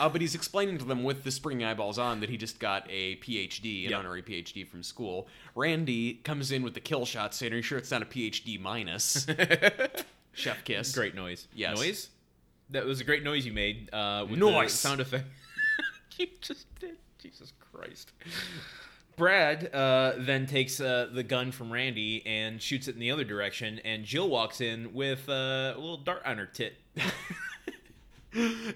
B: Uh, but he's explaining to them with the springy eyeballs on that he just got a PhD, an
A: Yeah.
B: honorary PhD from school. Randy comes in with the kill shot saying, Are you sure it's not a PhD minus? Chef kiss.
A: Great noise.
B: Yes.
A: Noise. That was a great noise you made. Uh, with
B: Noise.
A: The sound effect. you just did. Jesus Christ. Brad uh, then takes uh, the gun from Randy and shoots it in the other direction, and Jill walks in with uh, a little dart on her tit.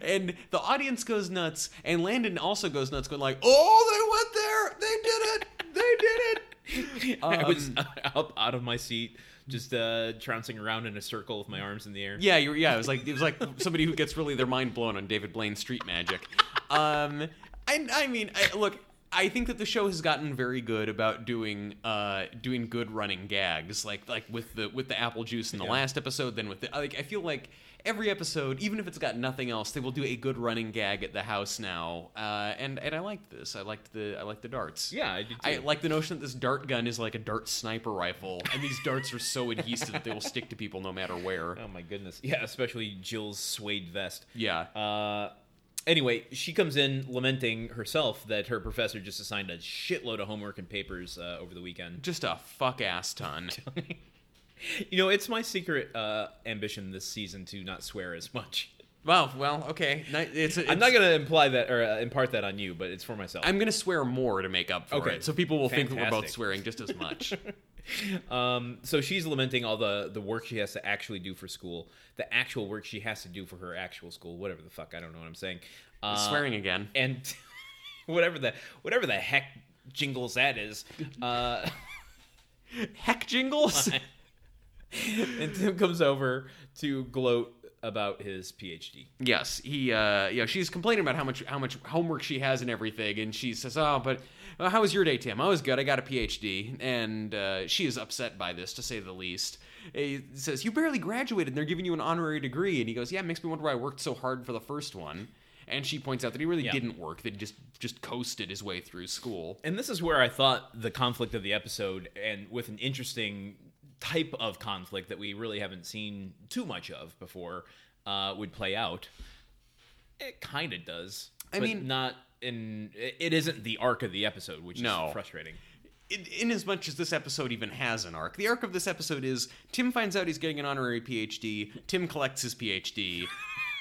B: And the audience goes nuts, and Landon also goes nuts, going like, "Oh, they went there! They did it! They did it!"
A: I was
B: Um,
A: up out of my seat, just uh, trouncing around in a circle with my arms in the air.
B: yeah, you were- yeah. It was like it was like somebody who gets really their mind blown on David Blaine's street magic. Um, I, I mean, I, look, I think that the show has gotten very good about doing uh doing good running gags, like like with the with the apple juice in the
A: Yeah.
B: last episode, then with the like. I feel like. Every episode, even if it's got nothing else, they will do a good running gag at the house now, uh, and and I liked this. I liked the I liked the darts.
A: Yeah, I did too.
B: I like the notion that this dart gun is like a dart sniper rifle, and these darts are so adhesive that they will stick to people no matter where.
A: oh my goodness. Yeah, especially Jill's suede vest.
B: Yeah.
A: Uh, anyway, she comes in lamenting herself that her professor just assigned a shitload of homework and papers uh, over the weekend.
B: Just a fuck ass ton.
A: You know, it's my secret uh, ambition this season to not swear as much.
B: well, well, okay. Ni- It's, it's,
A: I'm not going to imply that or uh, impart that on you, but it's for myself.
B: I'm gonna swear more to make up for
A: Okay.
B: it, so people will think that we're both
A: Fantastic.
B: swearing just as much.
A: Um, so she's lamenting all the the work she has to actually do for school, the actual work she has to do for her actual school, whatever the fuck. I don't know what I'm saying. Uh,
B: swearing again.
A: and whatever the whatever the heck jingles that is. Uh,
B: Heck jingles.
A: and Tim comes over to gloat about his PhD.
B: Yes, he. Uh, yeah, she's complaining about how much how much homework she has and everything, and she says, "Oh, but well, how was your day, Tim? I was good. I got a PhD." And uh, she is upset by this, to say the least. He says, "You barely graduated, and they're giving you an honorary degree." And he goes, "Yeah, it makes me wonder why I worked so hard for the first one." And she points out that he really
A: Yeah.
B: didn't work; that he just just coasted his way through school.
A: And this is where I thought the conflict of the episode, and with an interesting type of conflict that we really haven't seen too much of before, uh, would play out. It kind of does.
B: I
A: but
B: mean-
A: not in. it- It isn't the arc of the episode, which
B: No.
A: is frustrating.
B: in, in as much as this episode even has an arc, the arc of this episode is Tim finds out he's getting an honorary PhD. Tim collects his PhD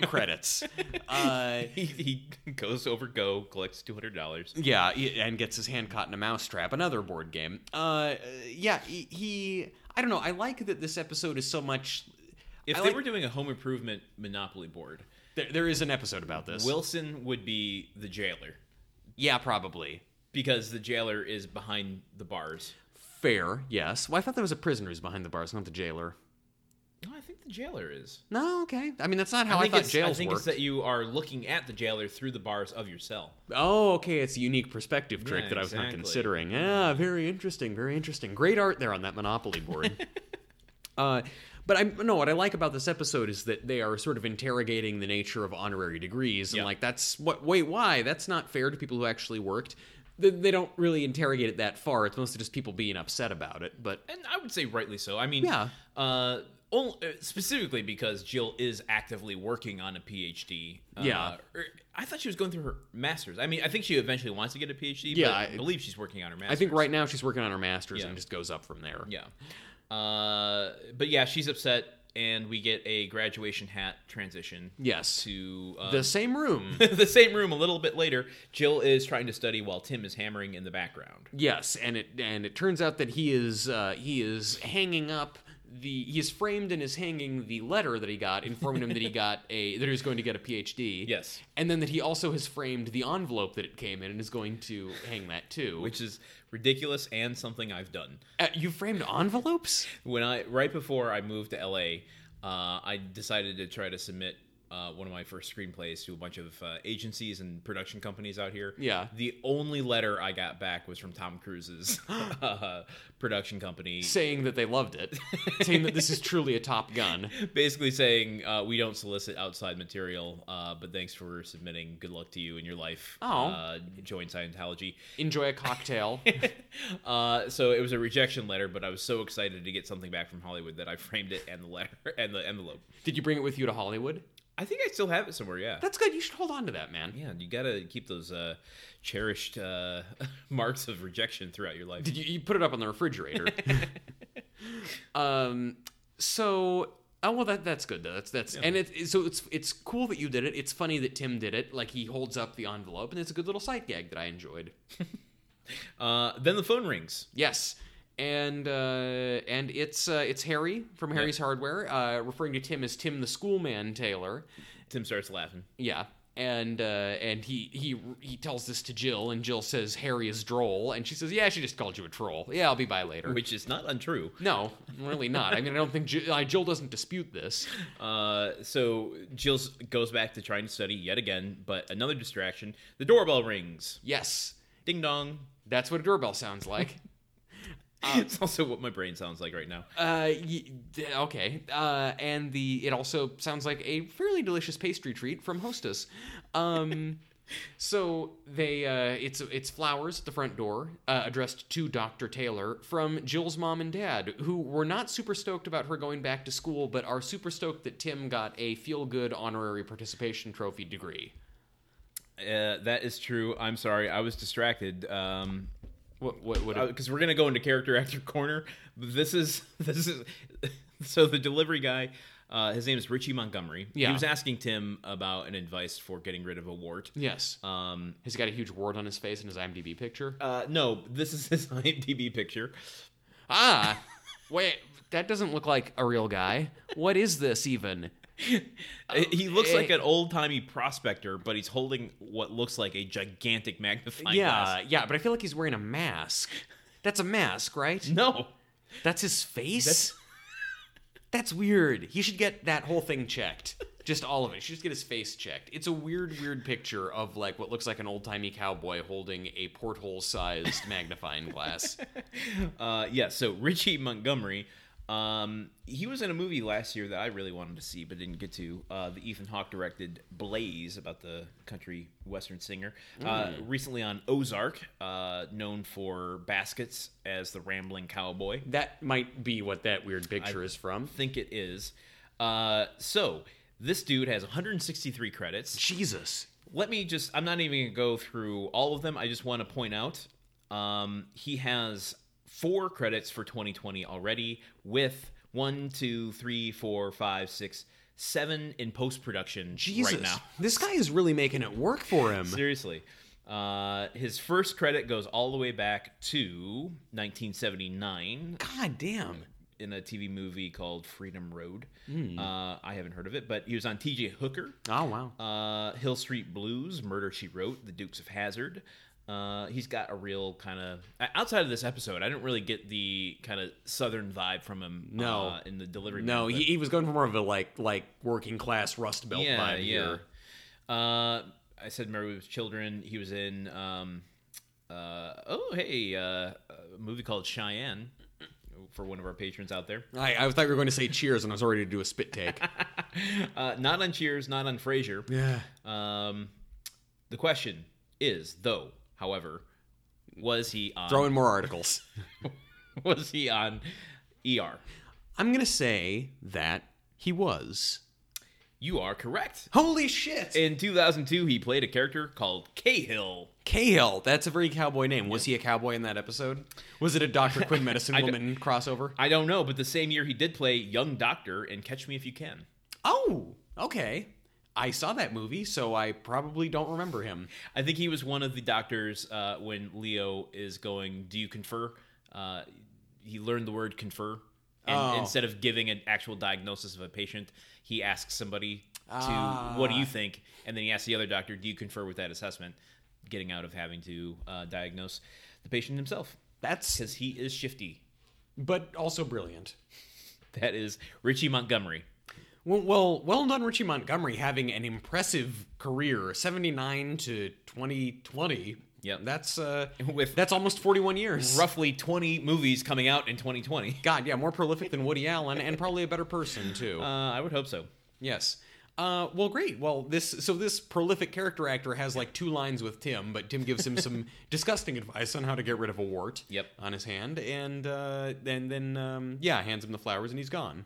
B: credits. Uh,
A: He, he goes over Go, collects two hundred dollars.
B: yeah, he- and gets his hand caught in a mousetrap, another board game. Uh, yeah, he, he. I don't know. I like that this episode is so much.
A: If
B: I
A: they
B: like-
A: were doing a home improvement Monopoly board,
B: There, there is an episode about this.
A: Wilson would be the jailer
B: yeah, probably.
A: because the jailer is behind the bars.
B: Fair, yes. Well, I thought there was a prisoner who's behind the bars, not the jailer.
A: No, I think the jailer is.
B: No, okay. I mean, that's not how I,
A: think
B: thought
A: it's-
B: jails
A: I think
B: worked.
A: it's that you are looking at the jailer through the bars of your cell.
B: Oh, okay. It's a unique perspective trick
A: Yeah,
B: that I was not
A: exactly.
B: considering. Ah, very interesting. Very interesting. Great art there on that Monopoly board. uh, but I no, what I like about this episode is that they are sort of interrogating the nature of honorary degrees and
A: Yeah.
B: like that's what. Wait, why? That's not fair to people who actually worked. They, they don't really interrogate it that far. It's mostly just people being upset about it. But
A: And I would say rightly so. I mean,
B: Yeah.
A: uh, only, uh, specifically because Jill is actively working on a PhD. Uh,
B: Yeah.
A: or- I thought she was going through her master's. I mean, I think she eventually wants to get a PhD,
B: Yeah,
A: but I,
B: I-
A: believe she's working on her master's.
B: I think right now she's working on her master's
A: Yeah.
B: and just goes up from there.
A: Yeah. Uh, but yeah, she's upset, and we get a graduation hat transition
B: Yes.
A: to uh,
B: The same room.
A: the same room a little bit later. Jill is trying to study while Tim is hammering in the background.
B: Yes, and it and it turns out that he is uh, he is hanging up the he is framed and is hanging the letter that he got informing him that he got a that he was going to get a PhD.
A: Yes.
B: and then that he also has framed the envelope that it came in and is going to hang that too.
A: which is ridiculous and something I've done.
B: uh, you framed envelopes?
A: When I right before I moved to LA, uh, I decided to try to submit uh, one of my first screenplays to a bunch of uh, agencies and production companies out here.
B: Yeah.
A: The only letter I got back was from Tom Cruise's uh, production company,
B: saying that they loved it, saying that this is truly a Top Gun.
A: basically saying uh, we don't solicit outside material, uh, but thanks for submitting. Good luck to you in your life.
B: Oh.
A: Uh, join Scientology.
B: Enjoy a cocktail.
A: uh, so it was a rejection letter, but I was so excited to get something back from Hollywood that I framed it and the letter and the envelope.
B: Did you bring it with you to Hollywood?
A: I think I still have it somewhere. Yeah.
B: That's good. You should hold on to that, man.
A: yeah, you gotta keep those uh, cherished uh, marks of rejection throughout your life.
B: Did you, you put it up on the refrigerator? um, so oh well, that that's good though. That's that's and it so it's it's cool that you did it. It's funny that Tim did it. Like he holds up the envelope, and it's a good little sight gag that I enjoyed.
A: Uh, then the phone rings.
B: Yes. And uh, and it's uh, it's Harry from Harry's Hardware, uh, referring to Tim as Tim the Schoolman Taylor.
A: Tim starts laughing.
B: Yeah. And uh, and he he he tells this to Jill, and Jill says Harry is droll, and she says, "Yeah, she just called you a troll. Yeah, I'll be by later."
A: which is not untrue.
B: No, really not. I mean, I don't think Jill, uh, Jill doesn't dispute this.
A: Uh, so Jill s- goes back to trying to study yet again, but another distraction. The doorbell rings.
B: Yes,
A: Ding dong. Ah,
B: that's what a doorbell sounds like.
A: it's also what my brain sounds like right now.
B: Uh, y- d- okay. Uh, and the it also sounds like a fairly delicious pastry treat from Hostess. Um, so they uh, it's it's flowers at the front door uh, addressed to Dr. Taylor from Jill's mom and dad, who were not super stoked about her going back to school, but are super stoked that Tim got a feel good honorary participation trophy degree.
A: Uh, that is true. I'm sorry, I was distracted. Um,
B: What what what?
A: because we're gonna go into character actor corner. But this is this is so the delivery guy. Uh, his name is Richie Montgomery.
B: Yeah.
A: He was asking Tim about an advice for getting rid of a wart.
B: yes.
A: Um,
B: He's got a huge wart on his face in his IMDb picture.
A: uh, no, this is his IMDb picture.
B: Ah, wait, that doesn't look like a real guy. What is this even?
A: he looks like
B: eh.
A: an old timey prospector, but he's holding what looks like a gigantic magnifying
B: yeah,
A: glass.
B: yeah, but I feel like he's wearing a mask. That's a mask, right?
A: No.
B: That's his face. That's, weird. He should get that whole thing checked. Just all of it. He should just get his face checked. It's a weird, weird picture of like what looks like an old timey cowboy holding a porthole sized magnifying glass.
A: Uh, yeah. So Richie Montgomery, um, he was in a movie last year that I really wanted to see but didn't get to. Uh, the Ethan Hawke directed Blaze about the country western singer. Uh, recently on Ozark, uh, known for Baskets as the rambling cowboy.
B: That might be what that weird picture is from.
A: Think it is. Uh, so this dude has 163 credits.
B: Jesus.
A: let me just i'm not even gonna go through all of them i just want to point out um, he has four credits for 2020 already with one two three four five six seven in post-production
B: Jesus.
A: right now
B: This guy is really making it work for him.
A: seriously uh, his first credit goes all the way back to 1979
B: God damn.
A: in a TV movie called Freedom Road. Uh, I haven't heard of it, but he was on TJ Hooker.
B: Oh wow.
A: Uh, Hill Street Blues, Murder She Wrote, The Dukes of Hazard. Uh, he's got a real kind of outside of this episode. I didn't really get the kind of southern vibe from him.
B: No.
A: uh, in the delivery.
B: No,
A: man,
B: he, he was going for more of a like like working class Rust
A: but-
B: Belt
A: yeah,
B: vibe
A: yeah.
B: here.
A: Uh, I said Mary with Children. He was in um, uh, oh hey, uh, a movie called Cheyenne for one of our patrons out there.
B: I, I thought you were going to say Cheers, and I was already to do a spit take.
A: Uh, not on Cheers, not on Frasier.
B: yeah.
A: Um, the question is though, however, was he on
B: Throw in more articles.
A: was he on ER?
B: I'm gonna say that he was.
A: You are correct.
B: Holy shit!
A: In 2002, he played a character called Cahill.
B: Cahill. That's a very cowboy name. Was he a cowboy in that episode? Was it a Doctor Quinn Medicine
A: d-
B: Woman crossover?
A: I don't know, but the same year he did play Young Doctor in Catch Me If You Can.
B: Oh, okay. I saw that movie, so I probably don't remember him.
A: I think he was one of the doctors uh, when Leo is going, Do you confer? Uh, he learned the word confer. And
B: Oh.
A: instead of giving an actual diagnosis of a patient, he asks somebody to,
B: Ah.
A: What do you think? And then he asks the other doctor, Do you confer with that assessment? Getting out of having to uh, diagnose the patient himself.
B: That's
A: because he is shifty.
B: but also brilliant.
A: That is Richie Montgomery.
B: Well, well, well done, Richie Montgomery, having an impressive career, seventy nine to twenty twenty.
A: Yep.
B: that's uh,
A: With-
B: that's almost forty one years.
A: Roughly 20 movies coming out in 2020.
B: God, yeah, more prolific than Woody Allen, and probably a better person too.
A: Uh, I would hope so.
B: yes. Uh, well, great. Well, this so this prolific character actor has like two lines with Tim, but Tim gives him some disgusting advice on how to get rid of a wart.
A: Yep.
B: on his hand, and uh, then then um, yeah, hands him the flowers, and he's gone.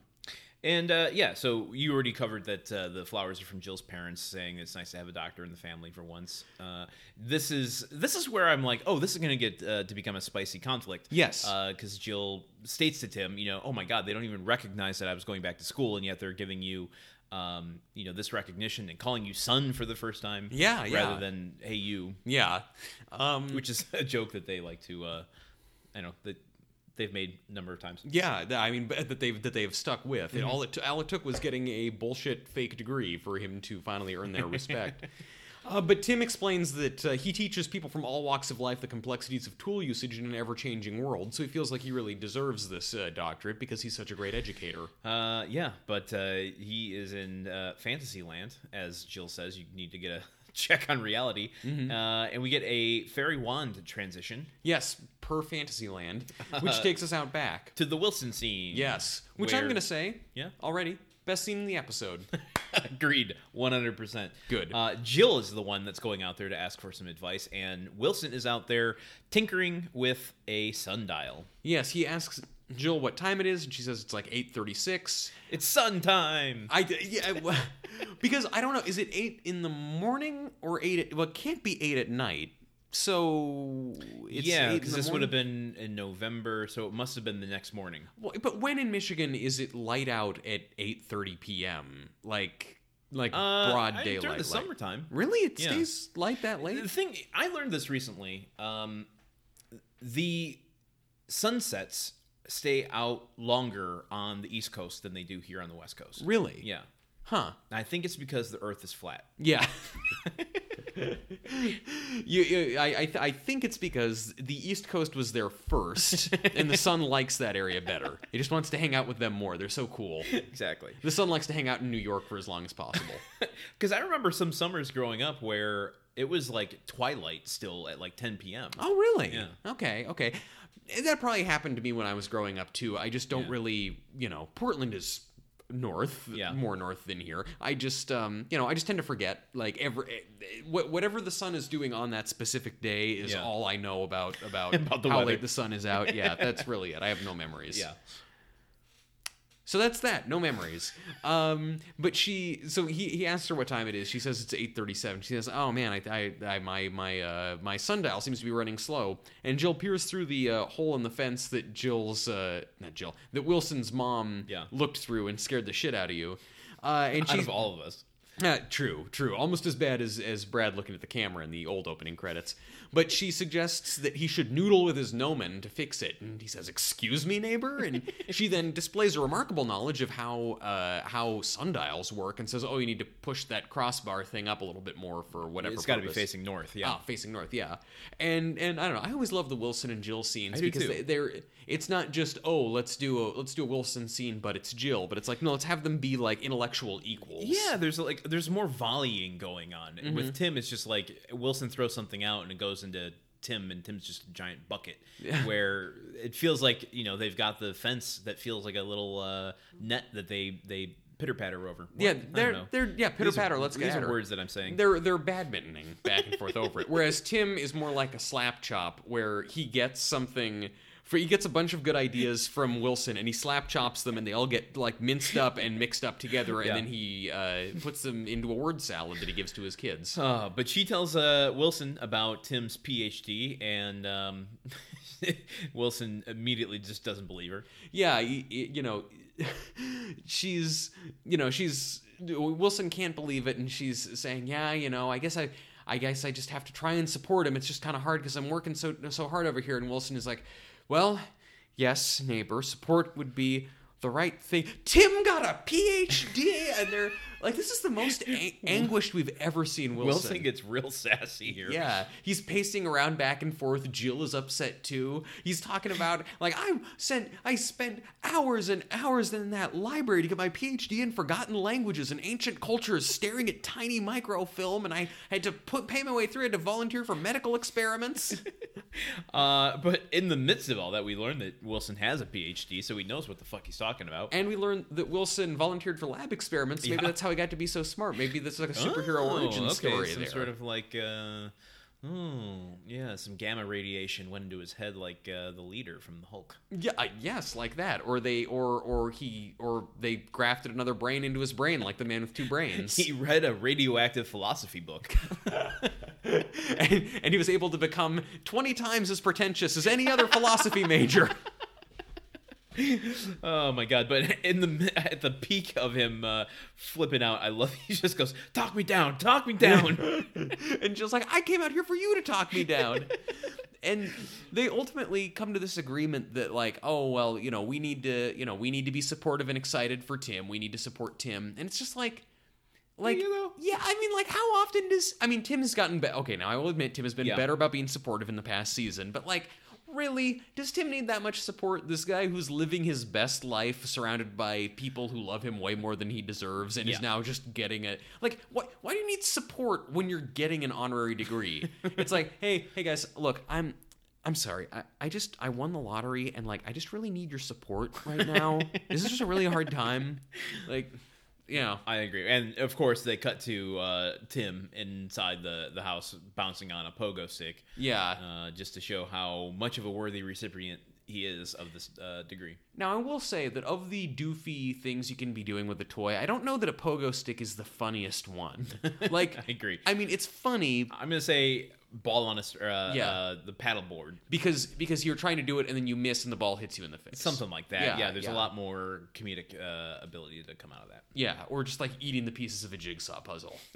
A: And uh, yeah, so you already covered that uh, the flowers are from Jill's parents, saying it's nice to have a doctor in the family for once. Uh, this is this is where I'm like, oh, this is going to get uh, to become a spicy conflict.
B: Yes.
A: because Jill states to Tim, you know, oh my God, they don't even recognize that I was going back to school, and yet they're giving you, um, you know, this recognition and calling you son for the first time.
B: Yeah, yeah.
A: Rather than hey you,
B: Yeah, um,
A: which is a joke that they like to, uh, I know that they've made a number of times.
B: Yeah, th- I mean but that they've that they've stuck with. It, all it t- all it took was getting a bullshit fake degree for him to finally earn their respect. Uh, but Tim explains that uh, he teaches people from all walks of life the complexities of tool usage in an ever-changing world, so he feels like he really deserves this uh, doctorate because he's such a great educator.
A: Uh, yeah, but uh, he is in uh, fantasy land, as Jill says. You need to get a check on reality,
B: Mm-hmm.
A: uh, and we get a fairy wand transition
B: Yes, per Fantasyland, which takes us out back.
A: to the Wilson scene.
B: Yes, which I'm
A: Where-
B: going to say,
A: Yeah.
B: already best scene in the episode.
A: Agreed, one hundred percent.
B: Good.
A: Uh, Jill is the one that's going out there to ask for some advice, and Wilson is out there tinkering with a sundial.
B: yes, he asks Jill what time it is, and she says it's like 8:36.
A: It's sun time.
B: I yeah, I- well, because I don't know. Is it eight in the morning or eight? At, well, it can't be eight at night. So it's
A: yeah,
B: eight in
A: because
B: the
A: this would have
B: morning?
A: been in November, so it must have been the next morning.
B: Well, But when in Michigan is it light out at eight thirty p.m. like like
A: Uh,
B: broad
A: I-
B: daylight?
A: during the
B: light?
A: summertime.
B: Really, it
A: Yeah.
B: stays light that
A: The
B: late.
A: thing I learned this recently. Um, the sunsets stay out longer on the East Coast than they do here on the West Coast.
B: Really?
A: Yeah,
B: Huh.
A: And I think it's because the Earth is flat.
B: Yeah. you, you, I, I, th- I think it's because the East Coast was there first, and the sun likes that area better. It just wants to hang out with them more. They're so cool.
A: Exactly.
B: The sun likes to hang out in New York for as long as possible.
A: Because I remember some summers growing up where it was like twilight still at like 10 p.m.
B: oh, really?
A: Yeah.
B: Okay, okay. That probably happened to me when I was growing up too. I just don't really, you know, Portland is north,
A: Yeah.
B: more north than here. I just, um, you know, I just tend to forget. Like every, eh, wh- whatever the sun is doing on that specific day is
A: Yeah.
B: all I know about about,
A: About the
B: how
A: weather.
B: late the sun is out. Yeah, that's really it. I have no memories.
A: Yeah.
B: So that's that. No memories. Um, but she, so he, he asks her what time it is. She says it's eight thirty-seven. She says, "Oh man, I, I, I my, my, uh, my sundial seems to be running slow." And Jill peers through the uh, hole in the fence that Jill's, uh, not Jill, that Wilson's mom
A: Yeah.
B: looked through and scared the shit out of you. Uh, and
A: Out
B: she's
A: of all of us.
B: uh, true, true. Almost as bad as, as Brad looking at the camera in the old opening credits. But she suggests that he should noodle with his gnomon to fix it, and he says, "Excuse me, neighbor." And she then displays a remarkable knowledge of how uh, how sundials work, and says, "Oh, you need to push that crossbar thing up a little bit more for whatever."
A: It's got to be
B: purpose."
A: facing north. Yeah.
B: Ah, facing north, yeah. And and I don't know. I always love the Wilson and Jill scenes
A: do
B: because
A: too.
B: they, they're it's not just oh let's do a let's do a Wilson scene, but it's Jill. But it's like no, let's have them be like intellectual equals.
A: Yeah, there's like there's more volleying going on. And
B: Mm-hmm.
A: With Tim, it's just like Wilson throws something out and it goes into Tim, and Tim's just a giant bucket. Where it feels like you know they've got the fence that feels like a little uh, net that they they pitter patter over. What? I
B: Yeah,
A: don't
B: they're
A: know.
B: they're yeah pitter
A: These are-
B: patter. Let's get
A: These
B: at
A: are
B: her.
A: words that I'm saying.
B: They're they're badmintoning back and forth over it. Whereas Tim is more like a slap chop, where he gets something. For, he gets a bunch of good ideas from Wilson, and he slap chops them, and they all get like minced up and mixed up together, and
A: Yeah.
B: then he uh, puts them into a word salad that he gives to his kids.
A: Uh, but she tells uh, Wilson about Tim's PhD, and um, Wilson immediately just doesn't believe her.
B: yeah, y- y- you know, she's, you know, she's Wilson can't believe it, and she's saying, yeah, you know, I guess I, I guess I just have to try and support him. It's just kind of hard because I'm working so so hard over here. And Wilson is like, well, yes, neighbor, support would be the right thing. Tim got a PhD, and they're Like this is the most a- anguished we've ever seen Wilson.
A: Wilson gets real sassy here.
B: Yeah, he's pacing around back and forth. Jill is upset too. He's talking about like I sent, I spent hours and hours in that library to get my PhD in forgotten languages and ancient cultures, staring at tiny microfilm, and I had to put pay my way through. I had to volunteer for medical experiments.
A: Uh, but in the midst of all that, we learn that Wilson has a PhD, so he knows what the fuck he's talking about.
B: and we learned that Wilson volunteered for lab experiments. Maybe
A: Yeah.
B: that's how he got to be so smart. Maybe that's like a superhero
A: Oh,
B: origin
A: okay,
B: story
A: some
B: there.
A: sort of like, uh, oh, yeah, some gamma radiation went into his head like uh, the leader from the Hulk.
B: Yeah, uh, yes, like that, or they, or or he, or they grafted another brain into his brain, like the man with two brains,
A: He read a radioactive philosophy book.
B: and, and he was able to become twenty times as pretentious as any other philosophy major.
A: oh my god! But in the at the peak of him uh, flipping out, I love he just goes, "Talk me down, talk me down."
B: and just like I came out here for you to talk me down. and they ultimately come to this agreement that like, oh well, you know, we need to, you know, we need to be supportive and excited for Tim. We need to support Tim. And it's just like like
A: you though?
B: yeah, I mean like how often does I mean Tim has gotten better. Okay, now I will admit Tim has been
A: Yeah.
B: better about being supportive in the past season, but like Really? Does Tim need that much support? This guy who's living his best life, surrounded by people who love him way more than he deserves, and is
A: Yeah.
B: now now just getting it. Like, why, why do you need support when you're getting an honorary degree? it's like, hey, hey guys, look, I'm, I'm sorry. I, I just, I won the lottery, and like, I just really need your support right now. this is just a really hard time. Like, you know,
A: I agree, and of course they cut to uh, Tim inside the the house bouncing on a pogo stick,
B: yeah.
A: uh, just to show how much of a worthy recipient he is of this uh, degree.
B: Now, I will say that of the doofy things you can be doing with a toy, I don't know that a pogo stick is the funniest one. Like,
A: I agree.
B: I mean, it's funny,
A: I'm gonna say ball on a s- uh,
B: Yeah.
A: uh, the paddleboard,
B: because because you're trying to do it and then you miss and the ball hits you in the face.
A: something like that.
B: Yeah,
A: Yeah, there's
B: yeah.
A: a lot more comedic uh, ability to come out of that,
B: Yeah, or just like eating the pieces of a jigsaw puzzle.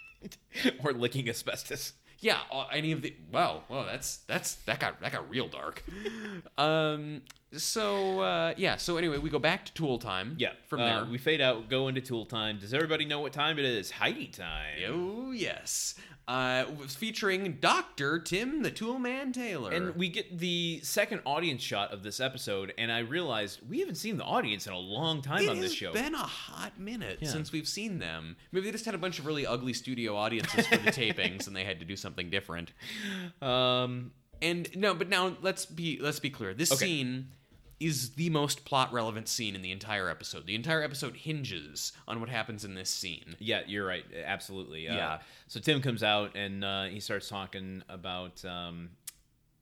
A: or licking asbestos.
B: yeah, all- any of the wow, wow, that's that's that got that got real dark. um, so uh, yeah, so anyway, we go back to Tool time.
A: Yeah,
B: from
A: uh,
B: there.
A: we fade out, go into tool time. Does everybody know what time it is? Heidi time.
B: oh yes, uh, it was featuring Doctor Tim the Tool Man Taylor.
A: And we get the second audience shot of this episode, and I realized we haven't seen the audience in a long time
B: it
A: on this
B: has
A: show.
B: been a hot minute
A: Yeah.
B: since we've seen them. Maybe they just had a bunch of really ugly studio audiences for the tapings, and they had to do something different.
A: um,
B: And no, but now let's be let's be clear. This
A: Okay.
B: scene is the most plot relevant scene in the entire episode. The entire episode hinges on what happens in this scene.
A: yeah, you're right. Absolutely. Uh,
B: Yeah.
A: So Tim comes out and uh, he starts talking about um,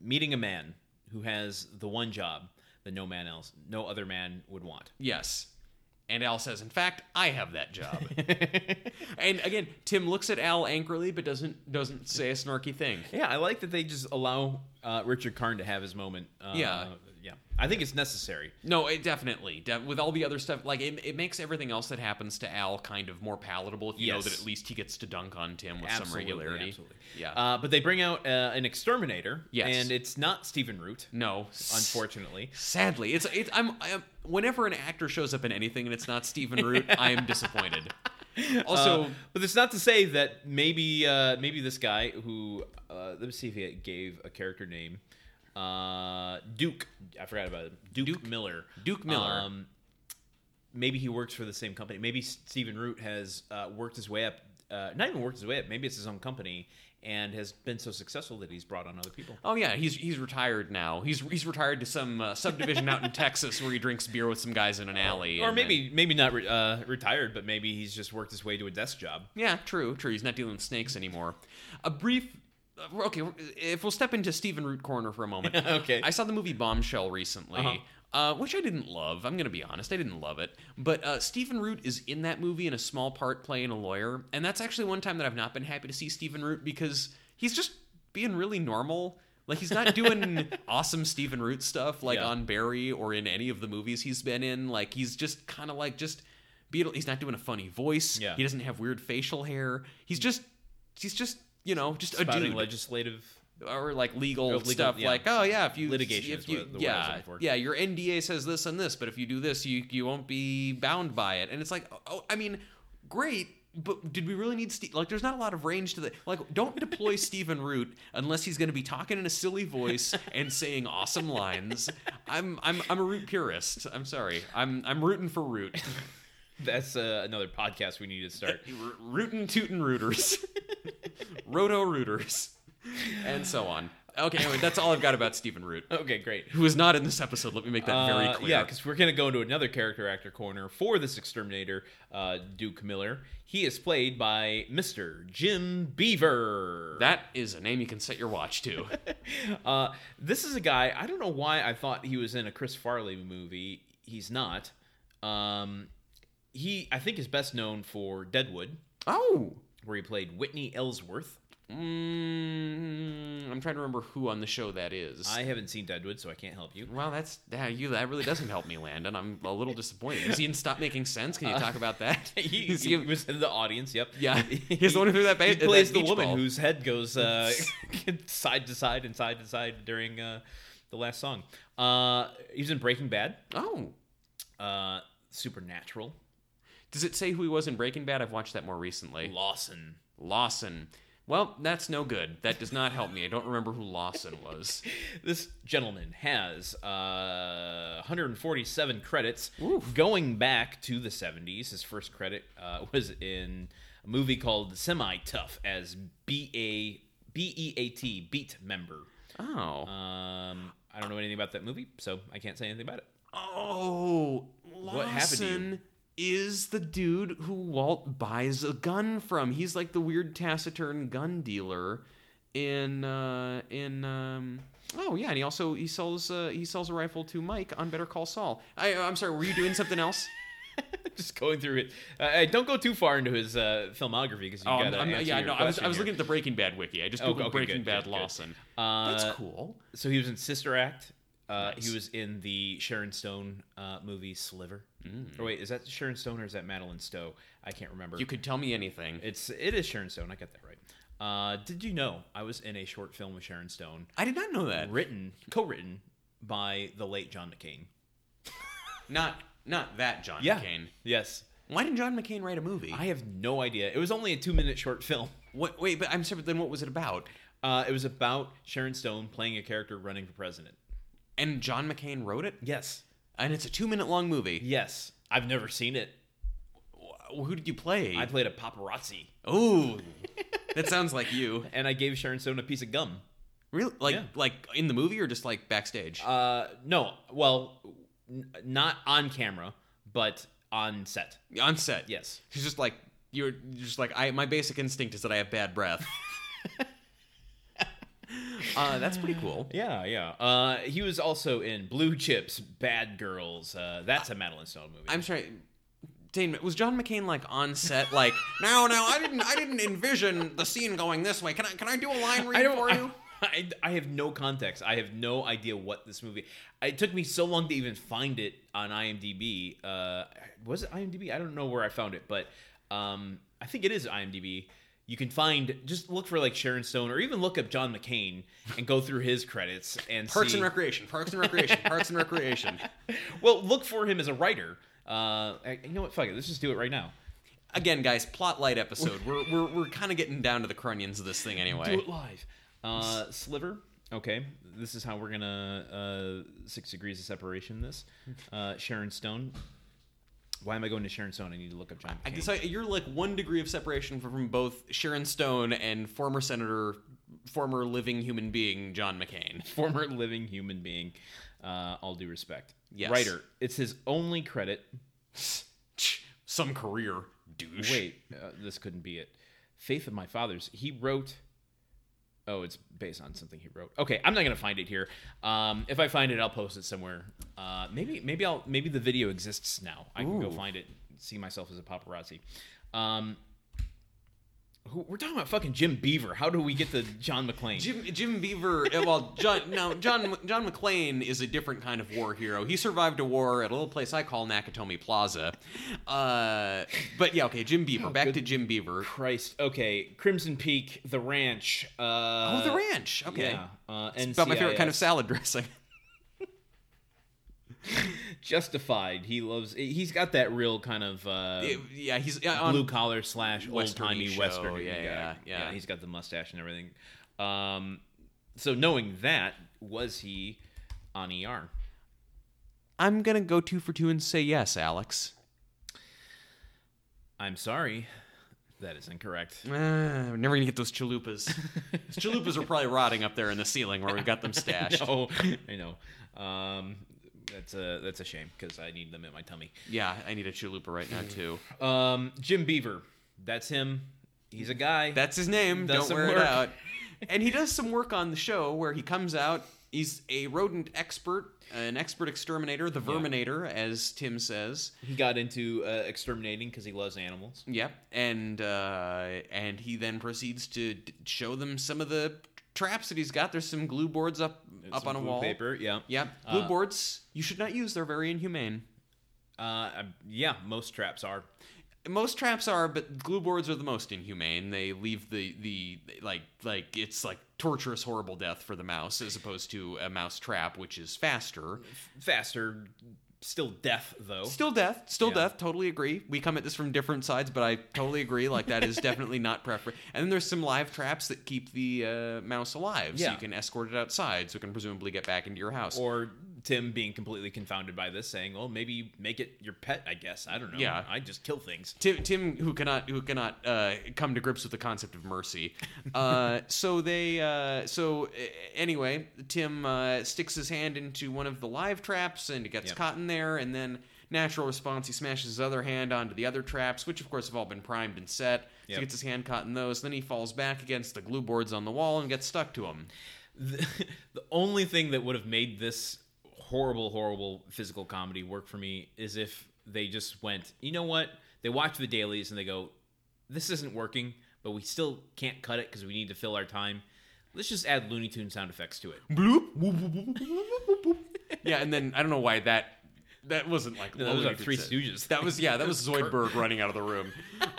A: meeting a man who has the one job that no man else, no other man would want.
B: Yes. And Al says, "In fact, I have that job." and again, Tim looks at Al angrily but doesn't doesn't say a snarky thing.
A: Yeah, I like that they just allow uh, Richard Karn to have his moment. Uh,
B: Yeah.
A: Yeah. I think it's necessary.
B: No, it definitely. De- with all the other stuff, like it, it makes everything else that happens to Al kind of more palatable if you know
A: Yes.
B: that at least he gets to dunk on Tim with some
A: Absolutely,
B: regularity.
A: absolutely.
B: Yeah.
A: Uh, but they bring out uh, an exterminator.
B: Yes.
A: And it's not Stephen Root,
B: no.
A: unfortunately.
B: Sadly, it's it's I'm, I'm whenever an actor shows up in anything and it's not Stephen Root, I am disappointed. Also,
A: Uh, but it's not to say that maybe uh, maybe this guy who uh, let me see if he gave a character name uh, Duke. I forgot about him. Duke, Miller.
B: Duke Miller.
A: Um, maybe he works for the same company. Maybe Stephen Root has uh, worked his way up. Uh, not even worked his way up. Maybe it's his own company and has been so successful that he's brought on other people.
B: oh yeah, he's he's retired now. He's he's retired to some uh, subdivision out in Texas where he drinks beer with some guys in an alley.
A: Oh. Or
B: and then-
A: maybe maybe not re- uh, retired, but maybe he's just worked his way to a desk job.
B: yeah, true, true. He's not dealing with snakes anymore. A brief. uh, Okay, if we'll step into Stephen Root corner for a moment.
A: Okay.
B: I saw the movie Bombshell recently, uh
A: Uh-huh.
B: which I didn't love. I'm going to be honest, I didn't love it. But uh, Stephen Root is in that movie in a small part playing a lawyer, and that's actually one time that I've not been happy to see Stephen Root because he's just being really normal. Like he's not doing awesome Stephen Root stuff like
A: Yeah.
B: on Barry or in any of the movies he's been in. Like he's just kind of like just Beetle. He's not doing a funny voice.
A: Yeah. Hmm.
B: He doesn't have weird facial hair. He's just he's just you know just a
A: Spouting
B: dude
A: legislative
B: or like legal,
A: legal,
B: stuff
A: yeah.
B: like oh yeah if you
A: Litigation
B: if
A: is
B: you
A: what- the word I was
B: yeah
A: looking for.
B: yeah your NDA says this and this but if you do this you you won't be bound by it and it's like oh I mean great, but did we really need Steve? Like, there's not a lot of range to the. Like, don't deploy Steven Root unless he's going to be talking in a silly voice and saying awesome lines. I'm I'm I'm a Root purist. I'm sorry. I'm I'm rooting for Root.
A: That's uh, another podcast we need to start.
B: R- rootin' tootin' rooters. Roto rooters. And so on. Okay, anyway, that's all I've got about Stephen Root,
A: Okay, great.
B: who is not in this episode. Let me make that very
A: Uh,
B: clear.
A: Yeah, because we're going to go into another character actor corner for this exterminator, uh, Duke Miller. He is played by Mr. Jim Beaver.
B: that is a name you can set your watch to.
A: uh, this is a guy. I don't know why I thought he was in a Chris Farley movie. He's not. Um, he, I think, is best known for Deadwood,
B: oh!
A: where he played Whitney Ellsworth.
B: Mm, I'm trying to remember who on the show that is.
A: I haven't seen Deadwood, so I can't help you.
B: Well, that's yeah, you. That really doesn't help me, Landon. I'm a little disappointed. Does he even stop making sense? Can you talk about that?
A: He,
B: Is
A: he was in the audience. Yep.
B: yeah, he's the one who threw that. Ba-
A: He
B: that
A: plays the
B: beach
A: woman
B: ball.
A: whose head goes uh, side to side and side to side during uh, the last song. Uh, he was in Breaking Bad,
B: Oh,
A: uh, Supernatural,
B: does it say who he was in Breaking Bad? I've watched that more recently.
A: Lawson.
B: Lawson. Well, that's no good. That does not help me. I don't remember who Lawson was.
A: This gentleman has uh, 147 credits
B: Oof.
A: going back to the 70s. His first credit uh, was in a movie called Semi Tough as B A B E A T Beat member.
B: Oh.
A: Um, I don't know anything about that movie, so I can't say anything about it.
B: Oh, Lawson
A: What happened to you?
B: is the dude who Walt buys a gun from. He's like the weird taciturn gun dealer in uh in um Oh yeah, and he also he sells uh, he sells a rifle to Mike on Better Call Saul. I uh, I'm sorry, were you doing something else?
A: just going through it. Uh, uh, don't go too far into his uh, filmography because you
B: Oh,
A: got
B: I'm,
A: to
B: I'm-
A: answer
B: yeah,
A: your
B: no, I was
A: question
B: I was
A: here.
B: looking at the Breaking Bad wiki. I just
A: Oh,
B: googled
A: okay,
B: Breaking
A: good,
B: Bad
A: good, good.
B: Lawson.
A: Uh,
B: That's cool.
A: So he was in Sister Act. Uh,
B: Nice.
A: He was in the Sharon Stone uh, movie Sliver. Or wait, is that Sharon Stone or is that Madeline Stowe? I can't remember.
B: Mm. You could tell me anything.
A: it's it is Sharon Stone. I got that right. Uh, did you know I was in a short film with Sharon Stone,
B: I did not know that.
A: written co-written by the late John McCain?
B: Not not that John
A: Yeah.
B: McCain.
A: Yes.
B: Why didn't John McCain write a movie?
A: I have no idea. It was only a two-minute short film.
B: What, wait, but I'm sorry. But then what was it about?
A: Uh, it was about Sharon Stone playing a character running for president.
B: And John McCain wrote it,
A: Yes.
B: and it's a two-minute long movie.
A: Yes. I've never seen it.
B: Wh- Who did you play?
A: I played a paparazzi
B: oh, that sounds like you.
A: and I gave Sharon Stone a piece of gum.
B: Really? Like,
A: Yeah.
B: like in the movie or just like backstage?
A: Uh, no, well, n- not on camera, but on set.
B: On set.
A: Yes.
B: She's just like you're. you're just like I. My basic instinct is that I have bad breath. uh, that's pretty cool.
A: Yeah, yeah. Uh, he was also in Blue Chips, Bad Girls. Uh, that's a Madeline Stone movie.
B: I'm sorry. Dane, was John McCain like on set? Like, no, no, I didn't. I didn't envision the scene going this way. Can I? Can I do a line read for you?
A: I, I have no context. I have no idea what this movie. It took me so long to even find it on IMDb. Uh, was it IMDb? I don't know where I found it, but um, I think it is IMDb. You can find just look for like Sharon Stone or even look up John McCain and go through his credits and
B: Parks
A: see.
B: and Recreation. Parks and Recreation. Parks and Recreation.
A: well, look for him as a writer. Uh, I- you know what? Fuck it. Let's just do it right now.
B: Again, guys, plot light episode. We're we're, we're kind of getting down to the crunions of this thing
A: Do
B: anyway.
A: it live. Uh, Sliver. Okay, this is how we're gonna uh, six degrees of separation. This uh, Sharon Stone. Why am I going to Sharon Stone? I need to look up John.
B: I
A: McCain.
B: guess I, you're like one degree of separation from both Sharon Stone and former senator, former living human being John McCain.
A: former living human being. Uh, all due respect.
B: Yes.
A: Writer. It's his only credit.
B: Some career douche.
A: Wait, uh, this couldn't be it. Faith of My Fathers. He wrote. Oh, it's based on something he wrote. Okay, I'm not gonna find it here. Um, if I find it, I'll post it somewhere. Uh, maybe, maybe I'll maybe the video exists now. I can go
B: Ooh.
A: find it. See myself as a paparazzi. Um, who, we're talking about fucking Jim Beaver. How do we get to John McClane?
B: Jim Jim Beaver. uh, Well, John no John John McClane is a different kind of war hero. He survived a war at a little place I call Nakatomi Plaza. Uh, but yeah, okay, Jim Beaver. Back to Jim Beaver.
A: Christ. Okay, Crimson Peak, The Ranch. Uh,
B: Oh, the ranch. Okay.
A: Yeah. Uh,
B: It's about my favorite kind of
A: NCIS.
B: salad dressing.
A: Justified. He loves. He's got that real kind of uh,
B: yeah, he's yeah, on-
A: blue collar slash old
B: Western-y
A: timey
B: show,
A: western.
B: yeah,
A: guy.
B: yeah, yeah.
A: He's got the mustache and everything. Um, so knowing that, was he on ER?
B: I'm gonna go two for two and say yes, Alex.
A: I'm sorry, that is incorrect.
B: Ah, we're never gonna get those chalupas. those chalupas are probably rotting up there in the ceiling where we've got them stashed.
A: Oh, I know. Um, that's a that's a shame because I need them in my tummy.
B: Yeah, I need a chalupa right now too.
A: Um, Jim Beaver, that's him. He's a guy.
B: That's his name.
A: Does
B: Don't
A: some
B: wear it
A: work.
B: out. And he does some work on the show where he comes out. He's a rodent expert, an expert exterminator, the verminator, as Tim says.
A: he got into uh, exterminating because he loves animals.
B: Yep. And uh, and he then proceeds to d- show them some of the traps that he's got. There's some glue boards up up
A: Some
B: on a
A: food
B: wall.
A: paper. Yeah,
B: Yep. Glue
A: Uh,
B: boards you should not use. They're very inhumane.
A: Uh, yeah. Most traps are.
B: Most traps are, but glue boards are the most inhumane. They leave the the like like it's like torturous, horrible death for the mouse, as opposed to a mouse trap, which is faster.
A: faster, still death though.
B: Still death, still
A: Yeah.
B: death. Totally agree. We come at this from different sides, but I totally agree. Like that is definitely not preferable. And then there's some live traps that keep the uh, mouse alive, so
A: Yeah.
B: you can escort it outside, so it can presumably get back into your house.
A: Or Tim being completely confounded by this, saying, "Well, maybe make it your pet." I guess I don't know.
B: Yeah.
A: I just kill things.
B: Tim, Tim, who cannot who cannot uh, come to grips with the concept of mercy. Uh, so they uh, so uh, anyway, Tim uh, sticks his hand into one of the live traps and it gets
A: Yep.
B: caught in there, and then natural response, he smashes his other hand onto the other traps, which of course have all been primed and set. So
A: Yep.
B: he gets his hand caught in those. Then he falls back against the glue boards on the wall and gets stuck to them.
A: The, the only thing that would have made this horrible, horrible physical comedy work for me is if they just went, you know what? They watch the dailies and they go, "This isn't working," but we still can't cut it because we need to fill our time. Let's just add Looney Tune sound effects to it.
B: Bloop. Whoop, whoop, whoop, whoop, whoop, whoop, whoop. yeah, and then I don't know why that that wasn't like
A: That was
B: Looney
A: like Three
B: Tunes.
A: Stooges.
B: That was yeah. That was Zoidberg running out of the room.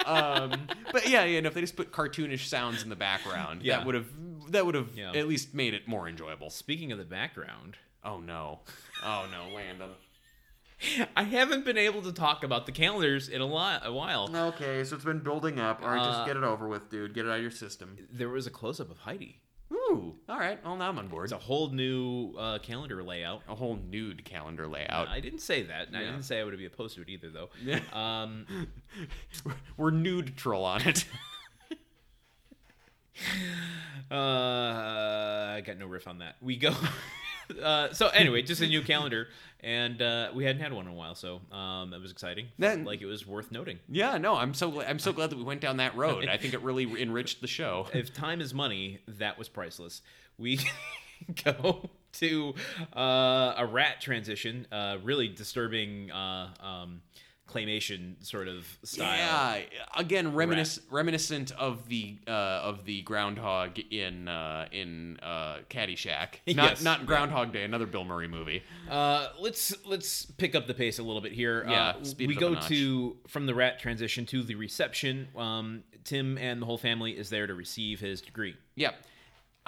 B: Um, but yeah, yeah. No, if they just put cartoonish sounds in the background,
A: Yeah.
B: that would have that would have
A: Yeah.
B: at least made it more enjoyable.
A: Speaking of the background,
B: Oh no, oh no, Landon.
A: I haven't been able to talk about the calendars in a, li- a while.
B: Okay, so it's been building up. All right,
A: Uh,
B: it over with, dude. Get it out of your system.
A: there was a close up of Heidi.
B: Ooh, all right. Well, now I'm on board.
A: It's a whole new uh, calendar layout.
B: A whole nude calendar layout.
A: I didn't say that, and I
B: Yeah.
A: didn't say I would be opposed to it either, though.
B: Yeah.
A: Um,
B: We're nude troll on it.
A: uh, I got no riff on that. We go. Uh, so anyway, just a new calendar, and uh, we hadn't had one in a while, so um, it was exciting.
B: That-
A: like it was worth noting.
B: yeah, no, I'm so gla- I'm so glad that we went down that road. I think it really enriched the show.
A: if time is money, that was priceless. We go to uh, a rat transition, uh, really disturbing uh, um, claymation sort of style.
B: Yeah, again, reminis- reminiscent of the uh, of the groundhog in uh, in uh, Caddyshack. Not
A: Yes.
B: not Groundhog Day, another Bill Murray movie.
A: Uh, let's let's pick up the pace a little bit here.
B: Yeah,
A: uh,
B: speed it
A: we
B: up a
A: go
B: notch.
A: to from the rat transition to the reception. Um, Tim and the whole family is there to receive his degree.
B: Yep.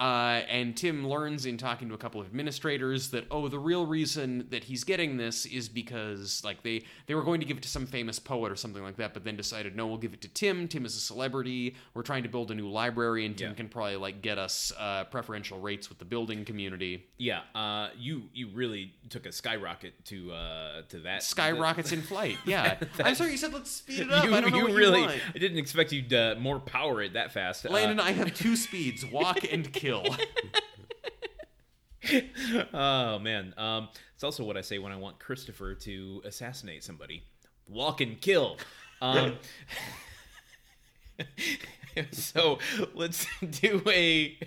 B: Uh, and Tim learns in talking to a couple of administrators that oh the real reason that he's getting this is because like they they were going to give it to some famous poet or something like that but then decided no we'll give it to Tim Tim is a celebrity we're trying to build a new library and Tim
A: Yeah.
B: can probably like get us uh, preferential rates with the building community
A: Yeah, uh, you you really took a skyrocket to uh, to that
B: skyrockets in flight. Yeah, I'm sorry. You said let's speed it up.
A: You,
B: I don't know
A: you
B: what
A: really
B: you want.
A: I didn't expect you to more power it that fast. Uh,
B: Landon, I have two speeds: walk and kill.
A: oh man, um, it's also what I say when I want Christopher to assassinate somebody: walk and kill. Um, so let's do a.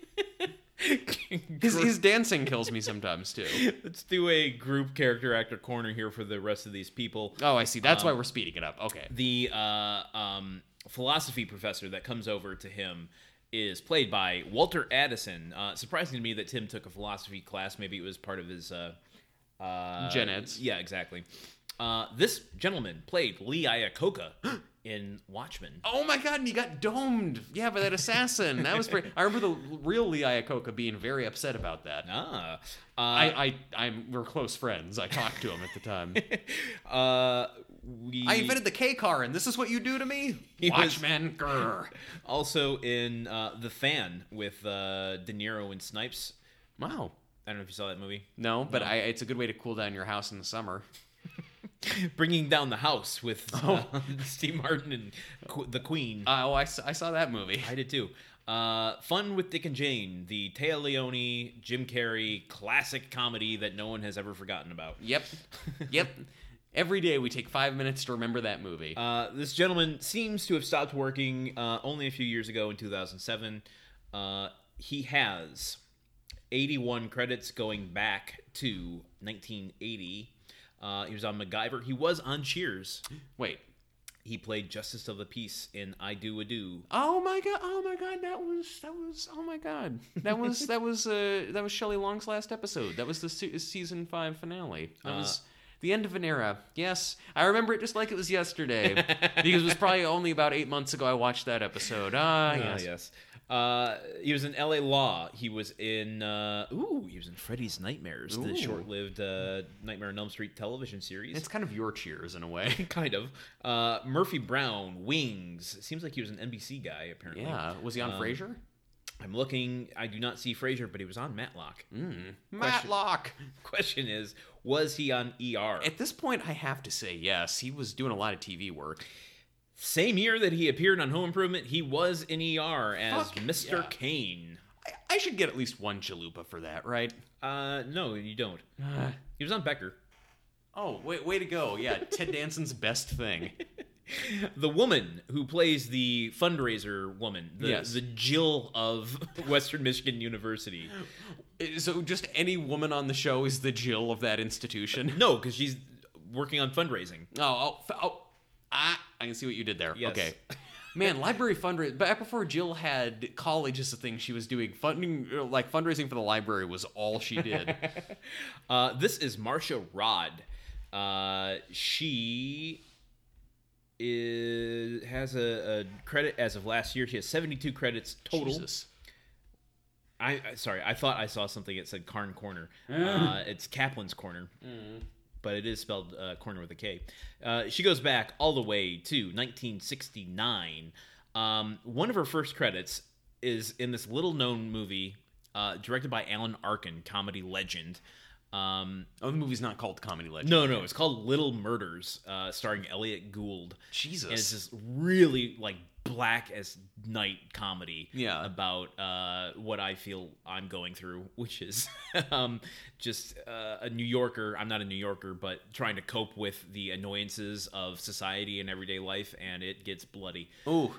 B: His, his dancing kills me sometimes too.
A: Let's do a group character actor corner here for the rest of these people.
B: Oh, I see. That's
A: Um,
B: why we're speeding it up. Okay.
A: The uh, um, philosophy professor that comes over to him is played by Walter Addison. Uh, surprising to me that Tim took a philosophy class. Maybe it was part of his uh, uh,
B: Gen Eds.
A: Yeah, exactly. Uh, this gentleman played Lee Iacocca in Watchmen.
B: Oh my god, and he got domed. Yeah, by that assassin. That was pretty. I remember the real Lee Iacocca being very upset about that.
A: Ah, uh,
B: I, I, I'm, we're close friends. I talked to him at the time.
A: uh, we
B: I invented the K car, and this is what you do to me?
A: He was-
B: Watchmen, grr.
A: also in uh, the Fan with uh, De Niro and Snipes.
B: Wow.
A: I don't know if you saw that movie.
B: No, but I, it's a good way to cool down your house in the summer.
A: Bringing down the house with uh, Steve Martin and Qu- the Queen.
B: Uh, oh, I, s- I saw that movie.
A: I did too. Uh, Fun with Dick and Jane, the Taya Leone, Jim Carrey classic comedy that no one has ever forgotten about.
B: Yep. Yep. Every day we take five minutes to remember that movie.
A: Uh, this gentleman seems to have stopped working uh, only a few years ago in 2007. Uh, he has 81 credits going back to 1980. Uh, he was on MacGyver. He was on Cheers.
B: Wait.
A: He played Justice of the Peace in I Do A Do.
B: Oh my god! Oh my god! That was that was oh my god! That was that was uh that was Shelley Long's last episode. That was the se- season five finale. That was the end of an era. Yes, I remember it just like it was yesterday because it was probably only about eight months ago I watched that episode. Ah,
A: Ah,
B: yes.
A: yes. Uh, he was in L.A. Law. He was in uh, ooh. He was in Freddy's Nightmares,
B: Ooh.
A: the short-lived uh, Nightmare on Elm Street television series.
B: It's kind of your cheers in a way.
A: kind of uh, Murphy Brown, Wings. Seems like he was an NBC guy. Apparently,
B: Yeah. Was he on Frasier?
A: I'm looking. I do not see Frasier, but he was on Matlock.
B: Hmm. Matlock.
A: Question is, was he on ER?
B: At this point, I have to say yes. He was doing a lot of TV work.
A: Same year that he appeared on Home Improvement, he was in ER as
B: Fuck,
A: Mr.
B: yeah.
A: Kane.
B: I, I should get at least one chalupa for that, right?
A: Uh, no, you don't.
B: Ah.
A: He was on Becker.
B: Oh, wait, way to go. Yeah, Ted Danson's best thing.
A: The woman who plays the fundraiser woman, the,
B: Yes.
A: the Jill of Western Michigan University.
B: Eh, So just any woman on the show is the Jill of that institution.
A: No, because she's working on fundraising.
B: Oh, oh, f- oh ah, I can see what you did there.
A: Yes.
B: Okay. Man, library fundraising. Back before Jill had college as a thing, she was doing funding, uh, like fundraising for the library was all she did.
A: Uh, this is Marcia Rod. Uh, she is has a, a credit as of last year. She has seventy two credits total.
B: Jesus.
A: I I- sorry, I thought I saw something that said Carn Corner. Uh, it's Kaplan's Corner, but it is spelled uh, corner with a K. Uh, she goes back all the way to 1969. Um, one of her first credits is in this little-known movie uh, directed by Alan Arkin, comedy legend. Um,
B: Oh, the movie's not called Comedy Legend.
A: no, no, it's called Little Murders, uh, starring Elliot Gould.
B: Jesus.
A: And it's just really like black as night comedy
B: Yeah.
A: about uh, what I feel I'm going through, which is um, just uh, a New Yorker. I'm not a New Yorker, but trying to cope with the annoyances of society and everyday life, and it gets bloody.
B: Ooh.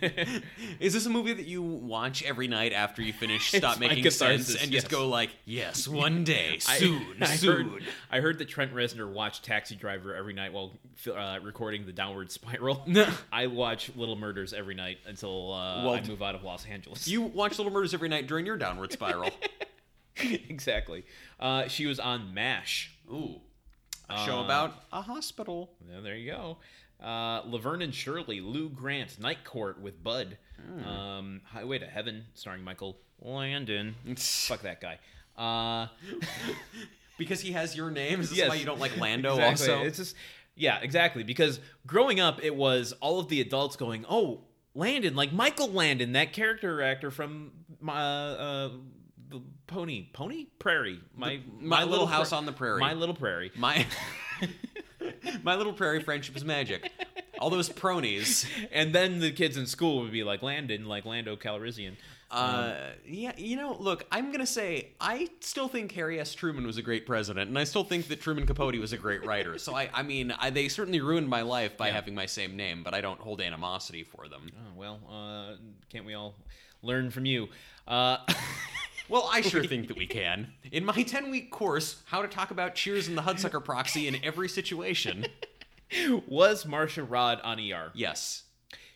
B: Is this a movie that you watch every night after you finish Stop
A: my
B: Making Sense
A: catharsis,
B: and
A: yes.
B: just go like, yes, one day,
A: I-
B: soon,
A: I,
B: soon.
A: Heard, I heard that Trent Reznor watched Taxi Driver every night while uh, recording The Downward Spiral. I watch Little Murders every night until uh,
B: Well,
A: I move out of Los Angeles.
B: You watch Little Murders every night during your downward spiral.
A: exactly. Uh, she was on MASH.
B: Ooh. A
A: Uh,
B: show about a hospital.
A: Well, there you go. Uh, Laverne and Shirley, Lou Grant, Night Court with Bud,
B: Hmm.
A: um, Highway to Heaven, starring Michael Landon. Fuck that guy. Uh,
B: Because he has your name, is this
A: Yes.
B: why you don't like Lando
A: exactly.
B: also?
A: It's just yeah, exactly. Because growing up, it was all of the adults going, "Oh, Landon, like Michael Landon, that character actor from my uh, the Pony Pony Prairie, my
B: My Little House on the Prairie.
A: My Little Prairie."
B: My My Little Prairie Friendship is magic. All those pronies.
A: And then the kids in school would be like Landon, like Lando Calrissian.
B: Uh, yeah, you know, look, I'm gonna say I still think Harry S. Truman was a great president, and I still think that Truman Capote was a great writer. So I, I mean, I, they certainly ruined my life by having my same name, but I don't hold animosity for them.
A: Oh, well, uh, can't we all learn from you? Uh,
B: Well, I sure think that we can. In my 10 week course, how to talk about Cheers and the Hudsucker Proxy in every situation.
A: was Marcia Rod on ER?
B: Yes.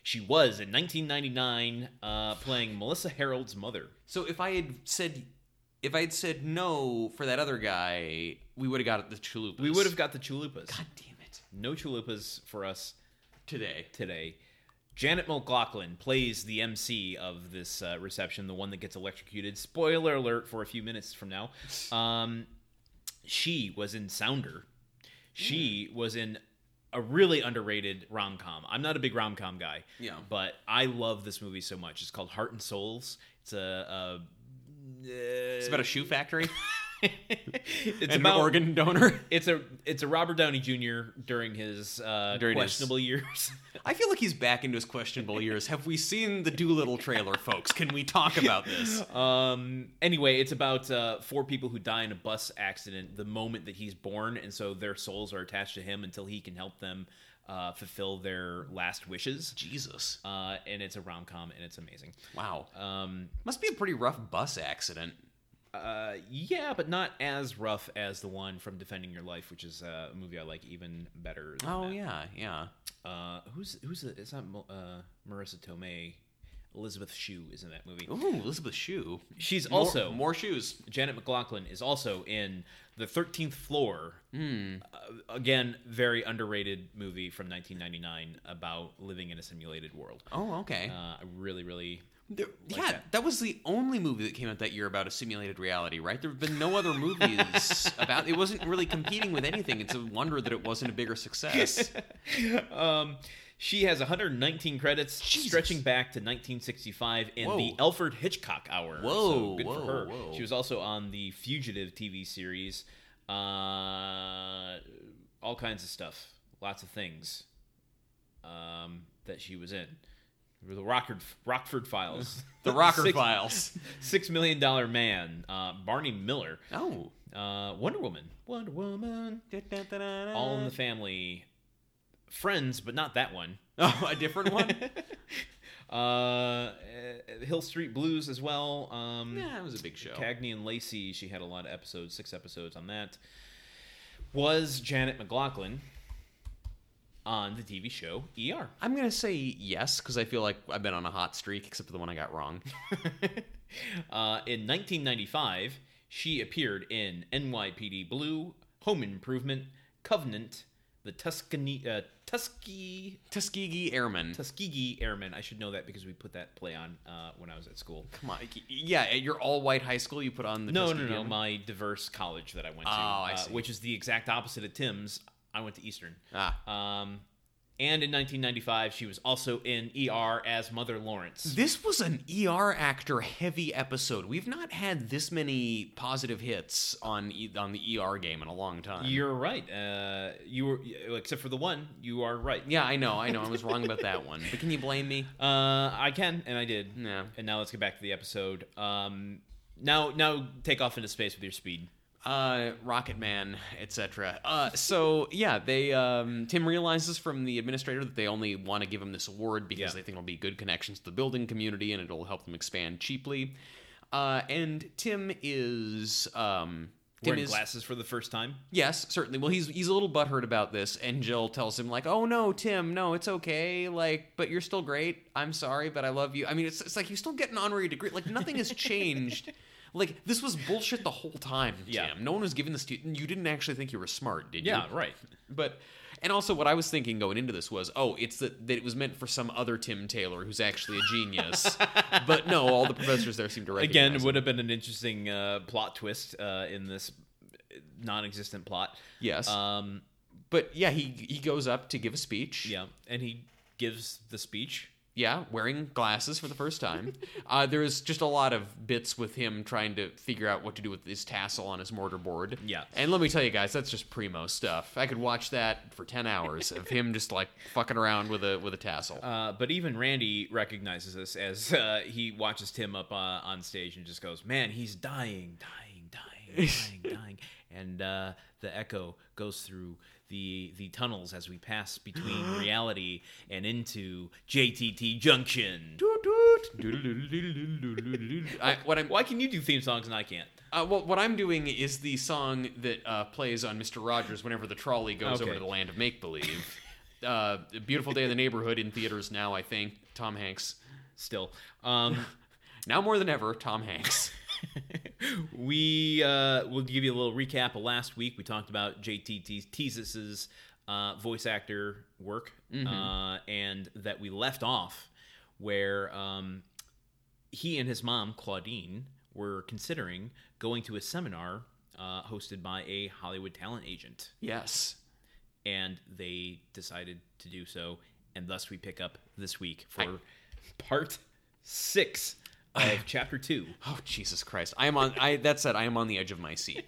A: She was in 1999, uh, playing Melissa Harold's mother.
B: So if I had said, if I had said no for that other guy, we would have got the chalupas.
A: We would have got the chalupas.
B: God damn it.
A: No chalupas for us.
B: today.
A: today. Janet McLaughlin plays the MC of this uh, reception, the one that gets electrocuted. Spoiler alert for a few minutes from now. Um, she was in Sounder. She was in a really underrated rom com. I'm not a big rom com guy,
B: Yeah.
A: but I love this movie so much. It's called Heart and Souls. It's a.
B: It's about a shoe factory
A: a it's
B: and
A: about
B: an organ donor.
A: It's a it's a Robert Downey Jr. during his uh,
B: During his-
A: questionable years.
B: I feel like he's back into his questionable years. Have we seen the Doolittle trailer, folks? Can we talk about this?
A: Um. Anyway, it's about uh, four people who die in a bus accident the moment that he's born, and so their souls are attached to him until he can help them uh, fulfill their last wishes.
B: Jesus.
A: Uh, and it's a rom com, and it's amazing.
B: Wow.
A: Um.
B: Must be a pretty rough bus accident.
A: Uh. Yeah, but not as rough as the one from Defending Your Life, which is uh, a movie I like even better. Than
B: Oh
A: that.
B: yeah, yeah.
A: Uh. Who's who's the, it's not Mo- uh Marissa Tomei, Elizabeth Shue is in that movie.
B: Ooh, Elizabeth Shue.
A: She's
B: More-
A: also
B: more, shoes.
A: Janet McLaughlin is also in The 13th Floor.
B: Hmm.
A: Uh, again, very underrated movie from 1999 about living in a simulated world.
B: Oh, okay.
A: Uh, I really, really.
B: There- yeah, that.
A: that.
B: was the only movie that came out that year about a simulated reality, right? There have been no other movies about. It wasn't really competing with anything. It's a wonder that it wasn't a bigger success.
A: Um, she has 119 credits,
B: Jesus.
A: stretching back to 1965 in the
B: Whoa.
A: Alfred Hitchcock Hour.
B: Whoa,
A: so good
B: whoa,
A: for her.
B: whoa.
A: She was also on the Fugitive TV series. Uh, all kinds of stuff, lots of things um, that she was in. The Rockford Rockford Files,
B: The Rocker
A: Six-
B: Files.
A: Six Million Dollar Man, uh, Barney Miller,
B: Oh.
A: uh, Wonder Woman, Wonder Woman, All
B: Um,
A: in the Family, Friends, but not that one.
B: Oh, a different one.
A: uh, uh, Hill Street Blues as well. Um,
B: yeah, it was a big show.
A: Cagney and Lacey, she had a lot of episodes, six episodes on that. Was Janet McLaughlin on the TV show ER?
B: I'm gonna say yes because I feel like I've been on a hot streak, except for the one I got wrong.
A: uh, in 1995, she appeared in NYPD Blue, Home Improvement, Covenant, the Tuscany, uh, Tuskegee,
B: Tuskegee Airmen.
A: Tuskegee Airmen. I should know that because we put that play on uh, when I was at school.
B: Come on, yeah, at your all-white high school, you put on the
A: No, no,
B: Tuskegee
A: no,
B: Airmen?
A: My diverse college that I went to,
B: Oh, I
A: uh,
B: see.
A: which is the exact opposite of Tim's. I went to Eastern.
B: Ah,
A: Um, and in 1995, she was also in ER as Mother Lawrence.
B: This was an ER actor heavy episode. We've not had this many positive hits on e- on the ER game in a long time.
A: You're right. Uh, you were, except for the one. You are right.
B: yeah, I know, I know, I was wrong about that one. But can you blame me?
A: Uh, I can, and I did.
B: No.
A: And now let's get back to the episode. Um, now, now take off into space with your speed.
B: Uh, Rocket Man, etc. Uh, so yeah, they um, Tim realizes from the administrator that they only want to give him this award because
A: Yeah.
B: they think it'll be good connections to the building community and it'll help them expand cheaply. Uh, and Tim is um, Tim
A: Wearing
B: is
A: glasses for the first time.
B: Yes, certainly. Well, he's he's a little butthurt about this, and Jill tells him like, "Oh no, Tim, no, it's okay. Like, but you're still great. I'm sorry, but I love you. I mean, it's it's like you still get an honorary degree. Like nothing has changed. Like this was bullshit the whole time, Tim.
A: Yeah.
B: No one was giving this to you. You didn't actually think you were smart, did you?
A: Yeah, right.
B: But and also what I was thinking going into this was, oh, it's that that it was meant for some other Tim Taylor who's actually a genius. but no, all the professors there seem to recognize.
A: Again, it
B: him.
A: would have been an interesting uh, plot twist uh, in this non-existent plot.
B: yes.
A: Um,
B: but yeah, he he goes up to give a speech.
A: yeah, and he gives the speech.
B: Yeah, wearing glasses for the first time. uh, there's just a lot of bits with him trying to figure out what to do with his tassel on his mortar board.
A: Yeah.
B: And let me tell you guys, that's just primo stuff. I could watch that for 10 hours of him just like fucking around with a with a tassel.
A: Uh, but even Randy recognizes this as uh, he watches Tim up uh, on stage and just goes, "Man, he's dying, dying, dying, dying, dying." And uh, the echo goes through the the tunnels as we pass between reality and into JTT Junction.
B: I, what I'm
A: Why can you do theme songs and I can't?
B: uh, well, what I'm doing is the song that uh, plays on Mister Rogers whenever the trolley goes over
A: Okay.
B: to the land of make believe. uh, A beautiful day in the neighborhood in theaters now. I think Tom Hanks
A: Still, um,
B: now more than ever. Tom Hanks.
A: we uh, will give you a little recap of last week. We talked about JTT Teases's uh, voice actor work, uh, and that we left off where um, he and his mom Claudine were considering going to a seminar uh, hosted by a Hollywood talent agent,
B: Yes.
A: and they decided to do so, and thus we pick up this week for part six of chapter two.
B: Oh Jesus Christ! I am on. I that said, I am on the edge of my seat.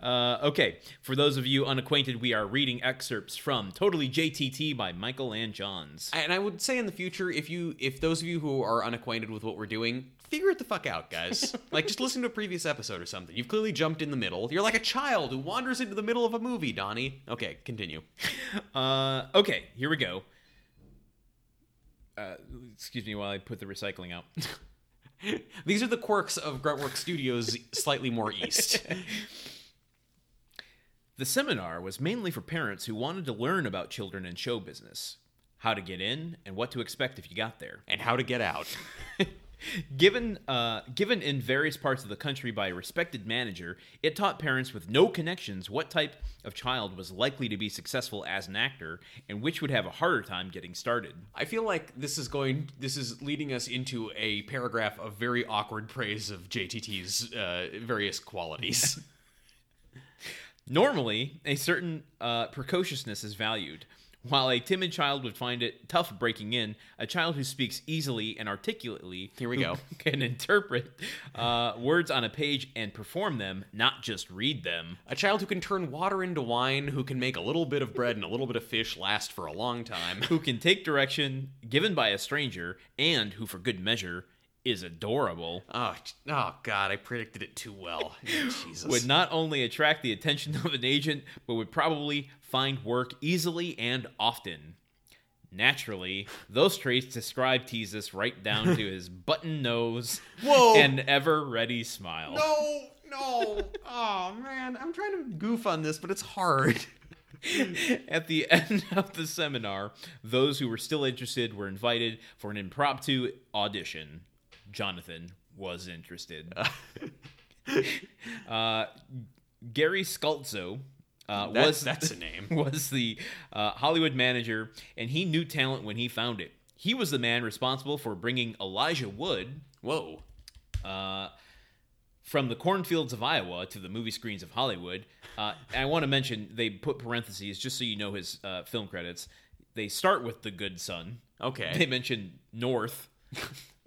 A: Uh, okay, for those of you unacquainted, we are reading excerpts from Totally JTT by Michael and Johns.
B: And I would say in the future, if you, if those of you who are unacquainted with what we're doing, figure it the fuck out, guys. like, just listen to a previous episode or something. You've clearly jumped in the middle. You're like a child who wanders into the middle of a movie, Donnie. Okay, continue.
A: Uh, okay, here we go. Uh, excuse me while I put the recycling out.
B: These are the quirks of Gruntwork Studios, slightly more east.
A: The seminar was mainly for parents who wanted to learn about children and show business, how to get in, and what to expect if you got there.
B: and how to get out.
A: given uh, given in various parts of the country by a respected manager, it taught parents with no connections what type of child was likely to be successful as an actor and which would have a harder time getting started.
B: I feel like this is going. This is leading us into a paragraph of very awkward praise of JTT's uh, various qualities.
A: Normally, a certain uh, precociousness is valued. While a timid child would find it tough breaking in, a child who speaks easily and articulately
B: Here we
A: who
B: go.
A: can interpret uh, words on a page and perform them, not just read them.
B: A child who can turn water into wine, who can make a little bit of bread and a little bit of fish last for a long time.
A: who can take direction given by a stranger and who for good measure is adorable
B: Oh, j- oh God, I predicted it too well. Jesus.
A: would not only attract the attention of an agent but would probably find work easily and often naturally those traits describe teasus right down to his button nose
B: Whoa.
A: and ever ready smile
B: no, no. Oh man, I'm trying to goof on this, but it's hard.
A: At the end of the seminar, those who were still interested were invited for an impromptu audition. Jonathan was interested. Uh, Gary Sculzo uh,
B: That-
A: was
B: that's a name.
A: was the uh, Hollywood manager, and he knew talent when he found it. He was the man responsible for bringing Elijah Wood
B: Whoa.
A: uh, from the cornfields of Iowa to the movie screens of Hollywood. Uh, I want to mention they put parentheses just so you know his uh, film credits. They start with The Good Son. They
B: Okay.
A: mention North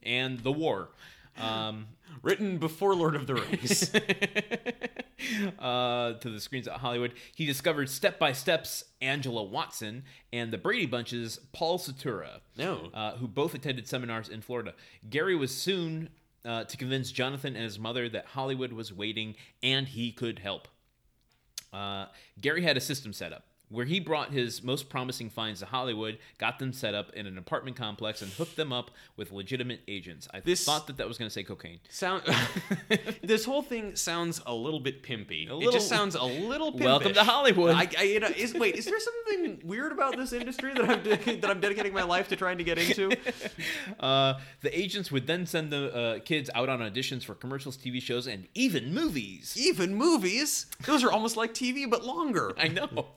A: and the War. Um,
B: Written before Lord of the Rings.
A: uh, to the screens at Hollywood. He discovered Step by Steps Angela Watson and the Brady Bunch's Paul Satura,
B: No.
A: uh, who both attended seminars in Florida. Gary was soon uh, to convince Jonathan and his mother that Hollywood was waiting and he could help. Uh, Gary had a system set up where he brought his most promising finds to Hollywood, got them set up in an apartment complex, and hooked them up with legitimate agents. I
B: This-
A: thought that that was going to say cocaine.
B: Sound. this whole thing sounds a little bit pimpy.
A: little-
B: it just sounds a little. Pimpish.
A: Welcome to Hollywood.
B: I, I, you know, is, wait, is there something weird about this industry that I'm de- that I'm dedicating my life to trying to get into?
A: Uh, the agents would then send the uh, kids out on auditions for commercials, TV shows, and even movies.
B: Even movies, those are almost like TV but longer.
A: I know.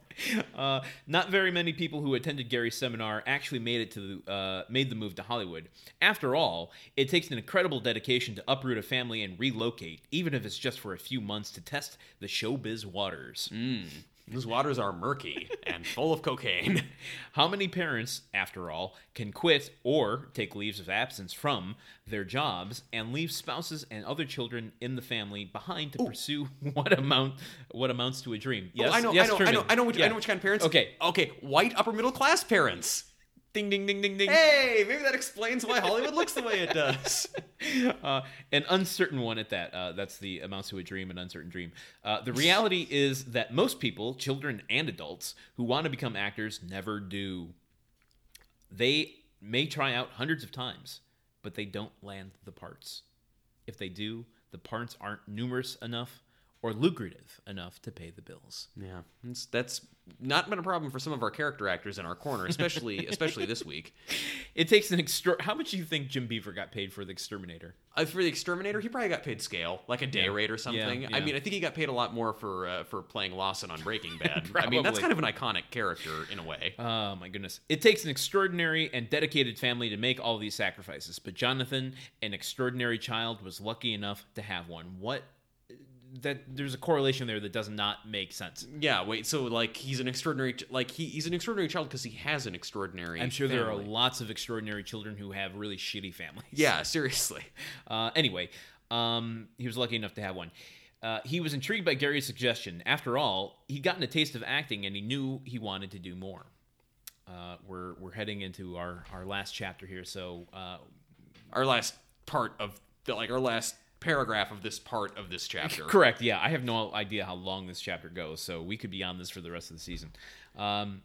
A: Uh, not very many people who attended Gary's seminar actually made it to the, uh, made the move to Hollywood. After all, it takes an incredible dedication to uproot a family and relocate, even if it's just for a few months to test the showbiz waters.
B: Mm. Those waters are murky and full of cocaine. Oh,
A: How many parents, after all, can quit or take leaves of absence from their jobs and leave spouses and other children in the family behind to pursue what amount what amounts to a dream? Yes,
B: Oh, I know,
A: yes,
B: I know, I
A: Truman.
B: know, I know, which,
A: Yeah.
B: I know which kind of parents.
A: Okay.
B: okay, white upper middle class parents.
A: Ding, ding, ding, ding, ding.
B: Hey, maybe that explains why Hollywood looks the way it does.
A: Uh, an uncertain one at that. Uh, that's the amounts to a dream, an uncertain dream. Uh, the reality is that most people, children and adults, who want to become actors never do. They may try out hundreds of times, but they don't land the parts. If they do, the parts aren't numerous enough or lucrative enough to pay the bills.
B: Yeah, it's, that's not been a problem for some of our character actors in our corner, especially especially this week.
A: It takes an extra. How much do you think Jim Beaver got paid for the Exterminator?
B: Uh, for the exterminator, he probably got paid scale, like a day
A: Yeah.
B: rate or something.
A: Yeah,
B: I
A: yeah.
B: mean, I think he got paid a lot more for uh, for playing Lawson on Breaking Bad. I mean, that's
A: Probably.
B: kind of an iconic character in a way.
A: Oh my goodness. It takes an extraordinary and dedicated family to make all these sacrifices, but Jonathan, an extraordinary child, was lucky enough to have one. What that there's a correlation there that does not make sense.
B: Yeah, wait. So like he's an extraordinary ch- like he, he's an extraordinary child because he has an extraordinary.
A: I'm sure there are
B: family.
A: lots of extraordinary children who have really shitty families.
B: Yeah, seriously.
A: Uh, anyway, um, he was lucky enough to have one. Uh, he was intrigued by Gary's suggestion. After all, he'd gotten a taste of acting and he knew he wanted to do more. Uh, we're, we're heading into our, our last chapter here, so uh,
B: Our last part of the, like our last paragraph of this part of this chapter.
A: Correct. Yeah, I have no idea how long this chapter goes, so we could be on this for the rest of the season. Um,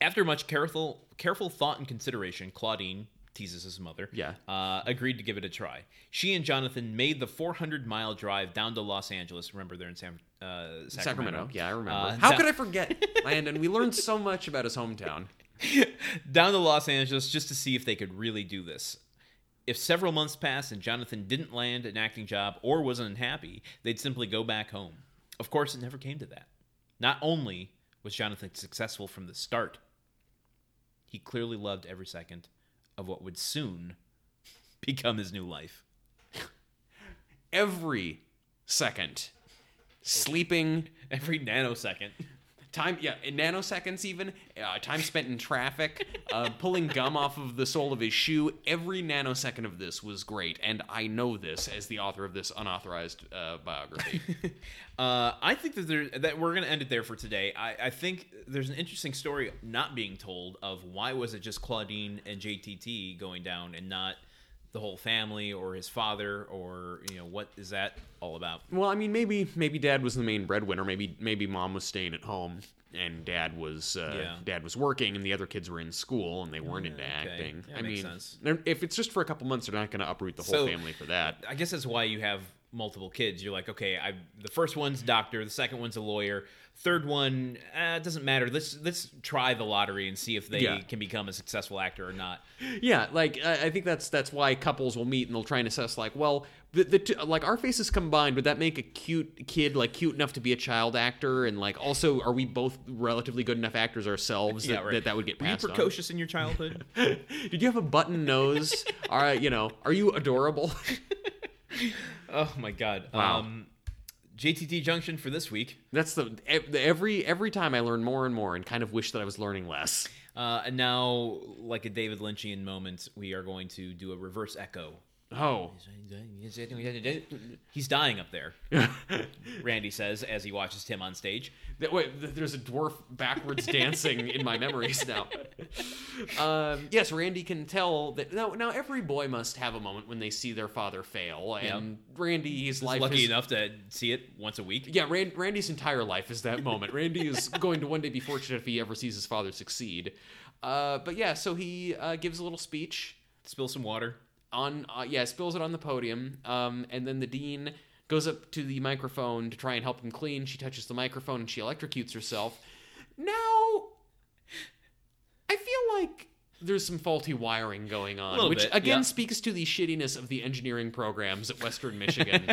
A: after much careful careful thought and consideration, Claudine teases his mother.
B: Yeah.
A: Uh, agreed to give it a try. She and Jonathan made the 400 mile drive down to Los Angeles. Remember, they're in San uh, Sacramento.
B: Sacramento. Yeah, I remember.
A: Uh,
B: How
A: down-
B: could I forget, Landon? We learned so much about his hometown.
A: down to Los Angeles just to see if they could really do this. If several months passed and Jonathan didn't land an acting job or was unhappy, they'd simply go back home. Of course, it never came to that. Not only was Jonathan successful from the start, he clearly loved every second of what would soon become his new life.
B: Every second, sleeping,
A: Every nanosecond.
B: time yeah in nanoseconds even uh, time spent in traffic uh, pulling gum off of the sole of his shoe every nanosecond of this was great and i know this as the author of this unauthorized uh, biography
A: Uh, I think that there that we're gonna end it there for today. I, I think there's an interesting story not being told of why was it just Claudine and JTT going down and not the whole family or his father or you know what is that all about?
B: well i mean maybe maybe dad was the main breadwinner maybe maybe mom was staying at home and dad was uh,
A: Yeah. Mm,
B: dad was working and the other kids were in school and they weren't into
A: okay.
B: acting
A: Yeah,
B: i
A: makes
B: mean
A: sense.
B: they're- if it's just for a couple months they're not going to uproot the whole
A: So-
B: family for that
A: I guess that's why you have multiple kids. You're like, okay, I the first one's doctor, the second one's a lawyer, third one uh, it doesn't matter. Let's let's try the lottery and see if they
B: Yeah.
A: can become a successful actor or not.
B: Yeah, like I, I think that's that's why couples will meet and they'll try and assess like, well, the, the two, like our faces combined, would that make a cute kid like cute enough to be a child actor? And like, also, are we both relatively good enough actors ourselves that
A: Yeah, right.
B: that, that would get
A: Were you
B: passed on?
A: precocious in your childhood?
B: Did you have a button nose? All right, you know, are you adorable?
A: Oh my god.
B: Wow.
A: Um JTT Junction for this week.
B: that's the ev- every every time I learn more and more and kind of wish that I was learning less.
A: Uh, and now, like a David Lynchian moment, we are going to do a reverse echo.
B: Oh,
A: He's dying up there, Randy says as he watches Tim on stage.
B: Th- Wait, th- there's a dwarf backwards dancing in my memories now. Um, yes, Randy can tell that. Now, now every boy must have a moment when they see their father fail, and Randy, his life
A: Lucky
B: is-
A: enough to see it once a week.
B: Yeah, Rand, Randy's entire life is that moment. Randy is going to one day be fortunate if he ever sees his father succeed. Uh, but yeah, so he uh, gives a little speech
A: Spill some water.
B: on uh, yeah spills it on the podium um, and then the dean goes up to the microphone to try and help him clean she touches the microphone and she electrocutes herself now i feel like there's some faulty wiring going on
A: Little
B: which
A: bit,
B: again
A: yeah.
B: speaks to the shittiness of the engineering programs at western michigan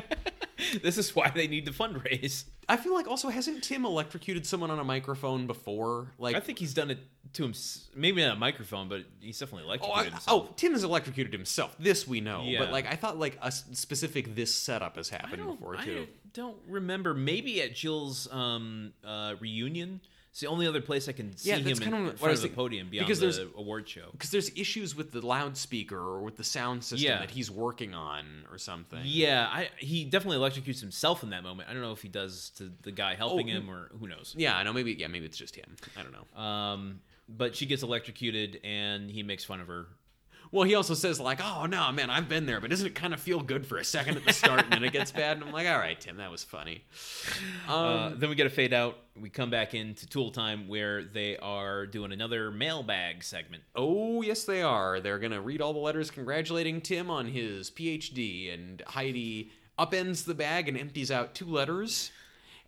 A: This is why they need to fundraise.
B: i feel like also hasn't tim electrocuted someone on a microphone before like
A: I think he's done it to him. Maybe not a microphone, but he's definitely
B: Oh, I-
A: electrocuted himself.
B: oh, Tim has electrocuted himself. This we know,
A: Yeah.
B: but like I thought, like a s- specific this setup has happened before
A: I
B: too.
A: don't remember. Maybe at Jill's um, uh, reunion. It's the only other place I can see
B: Yeah,
A: him
B: that's
A: in
B: kinda what I
A: front of
B: was
A: the
B: thinking.
A: podium beyond
B: Because
A: the
B: there's-
A: award show.
B: because there's issues with the loudspeaker or with the sound system
A: Yeah.
B: that he's working on or something.
A: Yeah, I, he definitely electrocutes himself in that moment. I don't know if he does to the guy helping
B: Oh,
A: him or who knows.
B: Yeah, I know. Maybe, yeah, maybe it's just him. I don't know.
A: Um, but she gets electrocuted and he makes fun of her.
B: Well, he also says like, "Oh no, man, I've been there, but doesn't it kind of feel good for a second at the start, and then it gets bad?" And I'm like, "All right, Tim, that was funny."
A: Uh,
B: Um,
A: then we get a fade out. We come back into tool time where they are doing another mailbag segment.
B: Oh yes, they are. They're gonna read all the letters congratulating Tim on his PhD, and Heidi upends the bag and empties out two letters.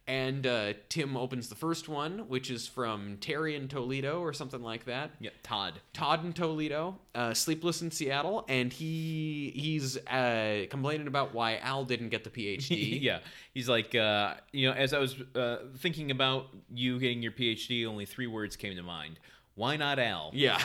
B: And uh, Tim opens the first one, which is from Terry in Toledo or something like that.
A: Yeah, Todd.
B: Todd in Toledo, uh, sleepless in Seattle, and he he's uh, complaining about why Al didn't get the PhD.
A: yeah, he's like, uh, you know, as I was uh, thinking about you getting your PhD, only three words came to mind. Why not Al?
B: Yeah.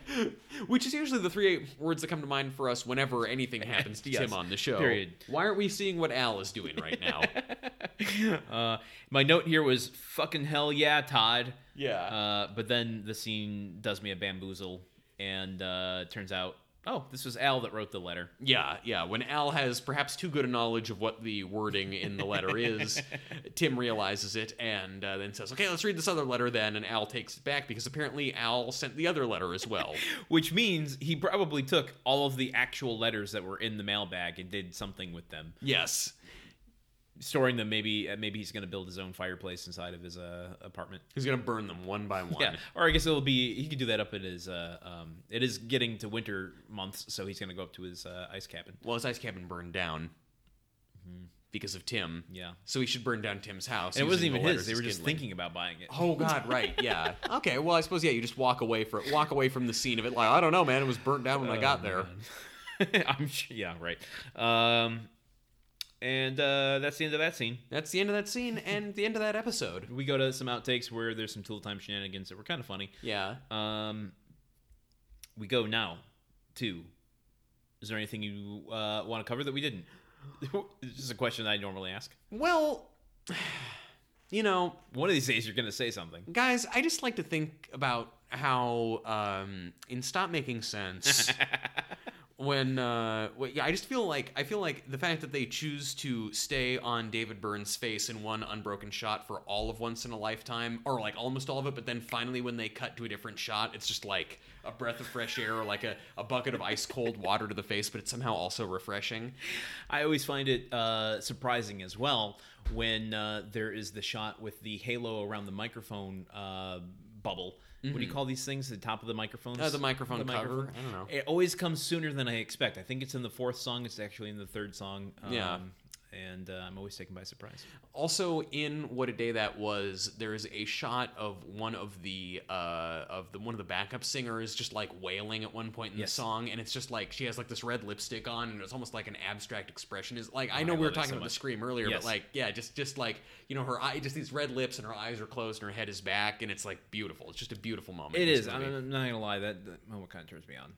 B: Which is usually the three words that come to mind for us whenever anything happens to
A: Yes.
B: Tim on the show.
A: Period.
B: Why aren't we seeing what Al is doing right now?
A: uh, my note here was fucking hell yeah, Todd.
B: Yeah.
A: Uh, but then the scene does me a bamboozle, and uh, it turns out, oh, this was Al that wrote the letter.
B: yeah, yeah. When Al has perhaps too good a knowledge of what the wording in the letter is, Tim realizes it and uh, then says, okay, let's read this other letter then. And Al takes it back because apparently Al sent the other letter as well.
A: Which means he probably took all of the actual letters that were in the mailbag and did something with them,
B: yes.
A: storing them. Maybe uh, maybe he's gonna build his own fireplace inside of his uh, apartment.
B: He's going to burn them one by one.
A: Yeah, or I guess it'll be he could do that up in his. Uh, um, it is getting to winter months, so he's gonna go up to his uh, ice cabin.
B: Well, his ice cabin burned down because of Tim.
A: Yeah,
B: So he should burn down Tim's house.
A: and it wasn't
B: using the
A: even his.
B: letters
A: They
B: as
A: were just
B: kindling.
A: thinking about buying it.
B: Oh God, right? Yeah. okay. Well, I suppose yeah. You just walk away for walk away from the scene of it. Like I don't know, man. It was burnt down when I got there.
A: there. Oh, I'm sure. Yeah, right. Um, and uh, that's the end of that scene.
B: That's the end of that scene and the end of that episode.
A: We go to some outtakes where there's some tool time shenanigans that were kind of funny.
B: Yeah.
A: Um, we go now to. Is there anything you uh, want to cover that we didn't? It's just a question I normally ask.
B: Well, you know,
A: One of these days you're going to say something.
B: guys, I just like to think about how um, in Stop Making Sense. when uh wh- yeah, I just feel like I feel like the fact that they choose to stay on David Byrne's face in one unbroken shot for all of once in a lifetime or like almost all of it but then finally when they cut to a different shot it's just like a breath of fresh air or like a, a bucket of ice cold water to the face but it's somehow also refreshing
A: I always find it uh, surprising as well when uh, there is the shot with the halo around the microphone uh, bubble. What do you call these things? The top of the microphones?
B: Mm-hmm. Uh, the microphone cover? I don't know.
A: It always comes sooner than I expect. I think it's in the fourth song. It's actually in the third song. Um,
B: Yeah.
A: And uh, I'm always taken by surprise.
B: Also, in what a day that was, there is a shot of one of the uh, of the one of the backup singers just like wailing at one point in
A: Yes.
B: the song, and it's just like she has like this red lipstick on, and it's almost like an abstract expression. Is like I
A: Oh,
B: know
A: I
B: we were
A: love it
B: talking
A: so
B: about
A: much.
B: the scream earlier,
A: Yes.
B: but like yeah, just just like you know her eye, just these red lips, and her eyes are closed, and her head is back, and it's like beautiful. It's just a beautiful moment.
A: It
B: in this
A: is. I'm,
B: movie.
A: I'm not going to lie. That, that moment kind of turns me on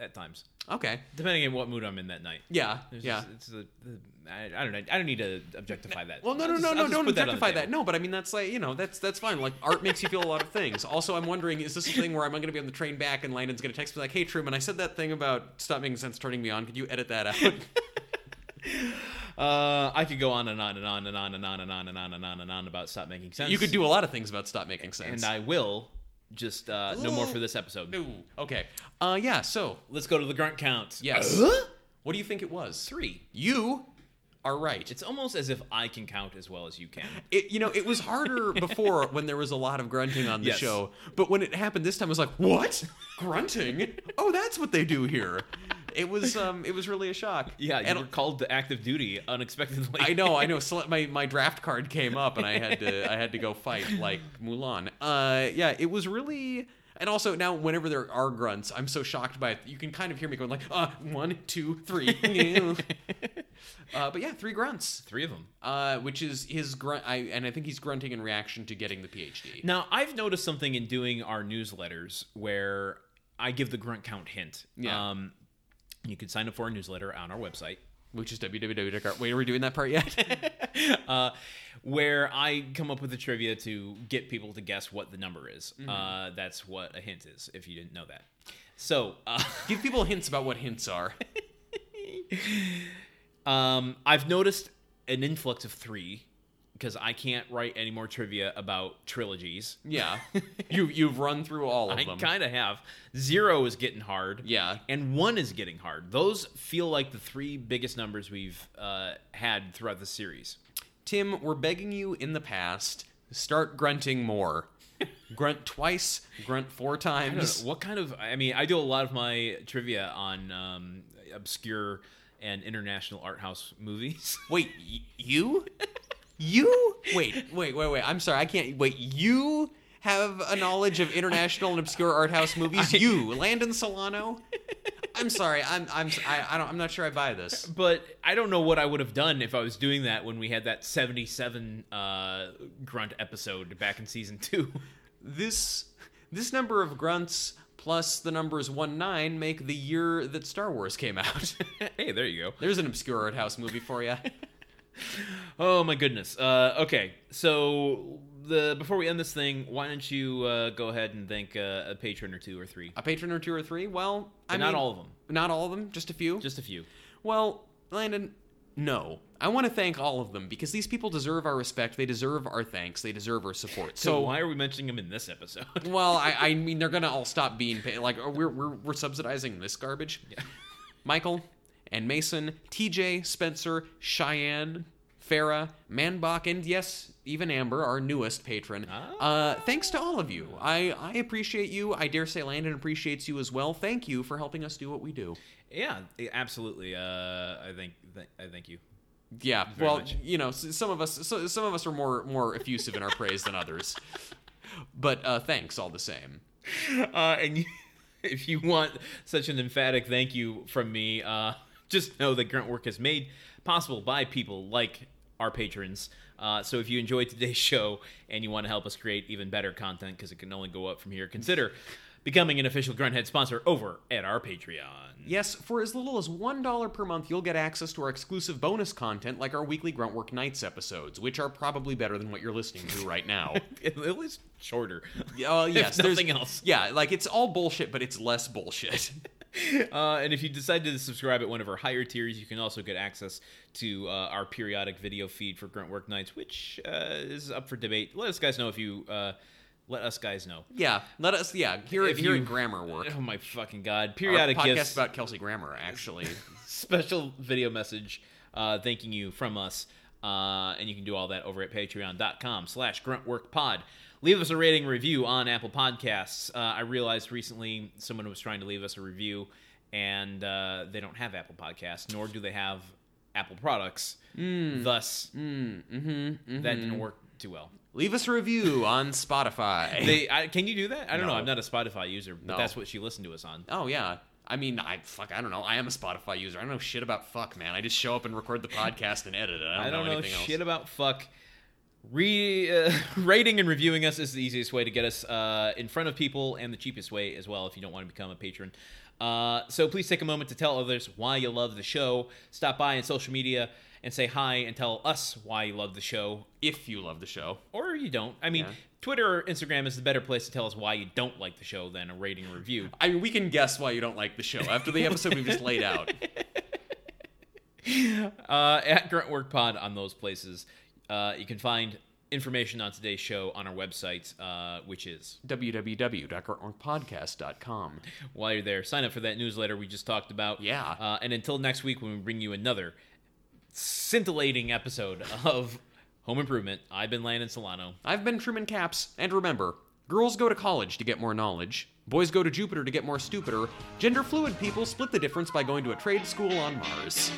A: at times,
B: okay.
A: depending on what mood I'm in that night.
B: Yeah.
A: There's
B: yeah.
A: just- it's a, the- I, I don't know. I don't need to objectify that.
B: Well, no,
A: I'll
B: no,
A: just-
B: no,
A: I'll
B: no,
A: just
B: don't
A: put that on the
B: objectify
A: table.
B: that. No, but I mean that's like you know that's that's fine. Like art makes you feel a lot of things. Also, I'm wondering is this a thing where I'm going to be on the train back and Landon's going to text me like, "Hey, Truman, I said that thing about stop making sense turning me on. Could you edit that out?"
A: Uh, I could go on and on and on and on and on and on and on and on and on about stop making sense.
B: you could do a lot of things about stop making sense.
A: and I will. Just uh, no more for this episode.
B: no. Okay. Uh, yeah. So
A: Let's go to the grunt count.
B: yes.
A: Uh,
B: What do you think it was?
A: three.
B: You are right.
A: It's almost as if I can count as well as you can.
B: It, you know, it was harder before when there was a lot of grunting on the
A: Yes.
B: show, but when it happened this time, I was like, "What? Grunting? Oh, that's what they do here." It was, um, it was really a shock.
A: Yeah, you
B: and
A: were called to active duty unexpectedly.
B: I know, I know. Sele- my my draft card came up, and I had to I had to go fight like Mulan. Uh, yeah, it was really. And also now, whenever there are grunts, I'm so shocked by it. You can kind of hear me going like, uh, one, two, three. yeah. uh, but yeah, three grunts,
A: Three of them.
B: uh, which is his grunt. I, and I think he's grunting in reaction to getting the PhD.
A: Now, I've noticed something in doing our newsletters where I give the grunt count hint.
B: Yeah.
A: Um, you can sign up for our newsletter on our website.
B: which is www. Wait, are we doing that part yet?
A: uh, where I come up with the trivia to get people to guess what the number is.
B: Mm-hmm.
A: Uh, that's what a hint is, if you didn't know that. So, uh,
B: Give people hints about what hints are.
A: um, I've noticed an influx of three because I can't write any more trivia about trilogies.
B: Yeah, you you've run through all of
A: I
B: them.
A: kind of have. Zero is getting hard.
B: Yeah.
A: And one is getting hard. Those feel like the three biggest numbers we've uh, had throughout the series.
B: Tim, we're begging you in the past, start grunting more. grunt twice, grunt
A: I
B: four
A: don't
B: times.
A: know, what kind of? I mean, I do a lot of my trivia on um, obscure and international art house movies.
B: Wait, y- you? you? Wait, wait, wait, wait. I'm sorry. I can't. Wait, you have a knowledge of international and obscure art house movies? You, Landon Solano? I'm sorry. I'm I'm I, I don't I'm not sure I buy this.
A: but I don't know what I would have done if I was doing that when we had that 77 uh, grunt episode back in season two.
B: This this number of grunts plus the numbers 1 9 make the year that Star Wars came out.
A: hey, there you go.
B: There's an obscure art house movie for you.
A: Oh my goodness. Uh, okay, so the before we end this thing, why don't you uh, go ahead and thank uh, a patron or two or three?
B: A patron or two or three? Well, I
A: And not
B: mean-
A: all of them,
B: Not all of them, just a few.
A: just a few.
B: Well, Landon, no. I want to thank all of them because these people deserve our respect. They deserve our thanks. They deserve our support.
A: So
B: So,
A: why are we mentioning them in this episode?
B: well, I, I mean, they're gonna all stop being paid. Like oh, we're we're we're subsidizing this garbage. Michael and Mason, TJ, Spencer, Cheyenne, Farah, Manbach, and yes, even Amber, our newest patron. Uh, thanks to all of you. I I appreciate you. I dare say Landon appreciates you as well. Thank you for helping us do what we do.
A: yeah, absolutely. Uh, I think th- I thank you.
B: Yeah, well,
A: much.
B: you know, s- some of us, so, some of us are more more effusive in our praise than others, but uh, thanks all the same.
A: uh, and you, if you want such an emphatic thank you from me, uh, just know that grunt work is made possible by people like our patrons. Uh, so if you enjoyed today's show and you want to help us create even better content because it can only go up from here, consider becoming an official Grunthead sponsor over at our Patreon.
B: Yes, for as little as one dollar per month, you'll get access to our exclusive bonus content, like our weekly Gruntwork Nights episodes, which are probably better than what you're listening to right now.
A: At least shorter.
B: Oh yes, there's-
A: nothing else.
B: Yeah, like it's all bullshit, but it's less bullshit.
A: Uh, and if you decide to subscribe at one of our higher tiers, you can also get access to uh, our periodic video feed for Grunt Work Nights, which uh, is up for debate. Let us guys know if you uh, let us guys know.
B: Yeah, let us. Yeah, here
A: If
B: here
A: you-
B: in grammar work.
A: Oh my fucking god!
B: Our
A: Periodic
B: podcast
A: gifts,
B: about Kelsey Grammer, actually.
A: special video message, uh, thanking you from us, uh, and you can do all that over at Patreon.com/slash GruntWorkPod. Leave us a rating and review on Apple Podcasts. Uh, I realized recently someone was trying to leave us a review, and uh, they don't have Apple Podcasts, nor do they have Apple products.
B: Hmm.
A: Thus,
B: Mm-hmm.
A: that didn't work too well.
B: Leave us a review on Spotify.
A: They I, can you do that? I don't know.
B: No.
A: I'm not a Spotify user, but
B: No.
A: that's what she listened to us on.
B: Oh yeah. I mean, I fuck. I don't know. I am a Spotify user. I don't know shit about fuck, man. I just show up and record the podcast and edit it. I don't,
A: I don't know,
B: anything
A: shit
B: else.
A: about fuck. Re, uh, rating and reviewing us is the easiest way to get us uh, in front of people and the cheapest way as well if you don't want to become a patron. Uh, so please take a moment to tell others why you love the show. Stop by on social media and say hi and tell us why you love the show.
B: If you love the show,
A: Or you don't. I mean,
B: Yeah.
A: Twitter or Instagram is the better place to tell us why you don't like the show than a rating and review.
B: I mean, we can guess why you don't like the show after the episode we've just laid out.
A: uh, at Gruntwork Pod on those places. Uh, you can find information on today's show on our website, uh, which is
B: www.podcast.com.
A: while you're there, sign up for that newsletter we just talked about.
B: Yeah.
A: Uh, and until next week, when we bring you another scintillating episode of Home Improvement, I've been Landon Solano.
B: I've been Truman Caps, and remember, girls go to college to get more knowledge. Boys go to Jupiter to get more stupider. Gender fluid people split the difference by going to a trade school on Mars.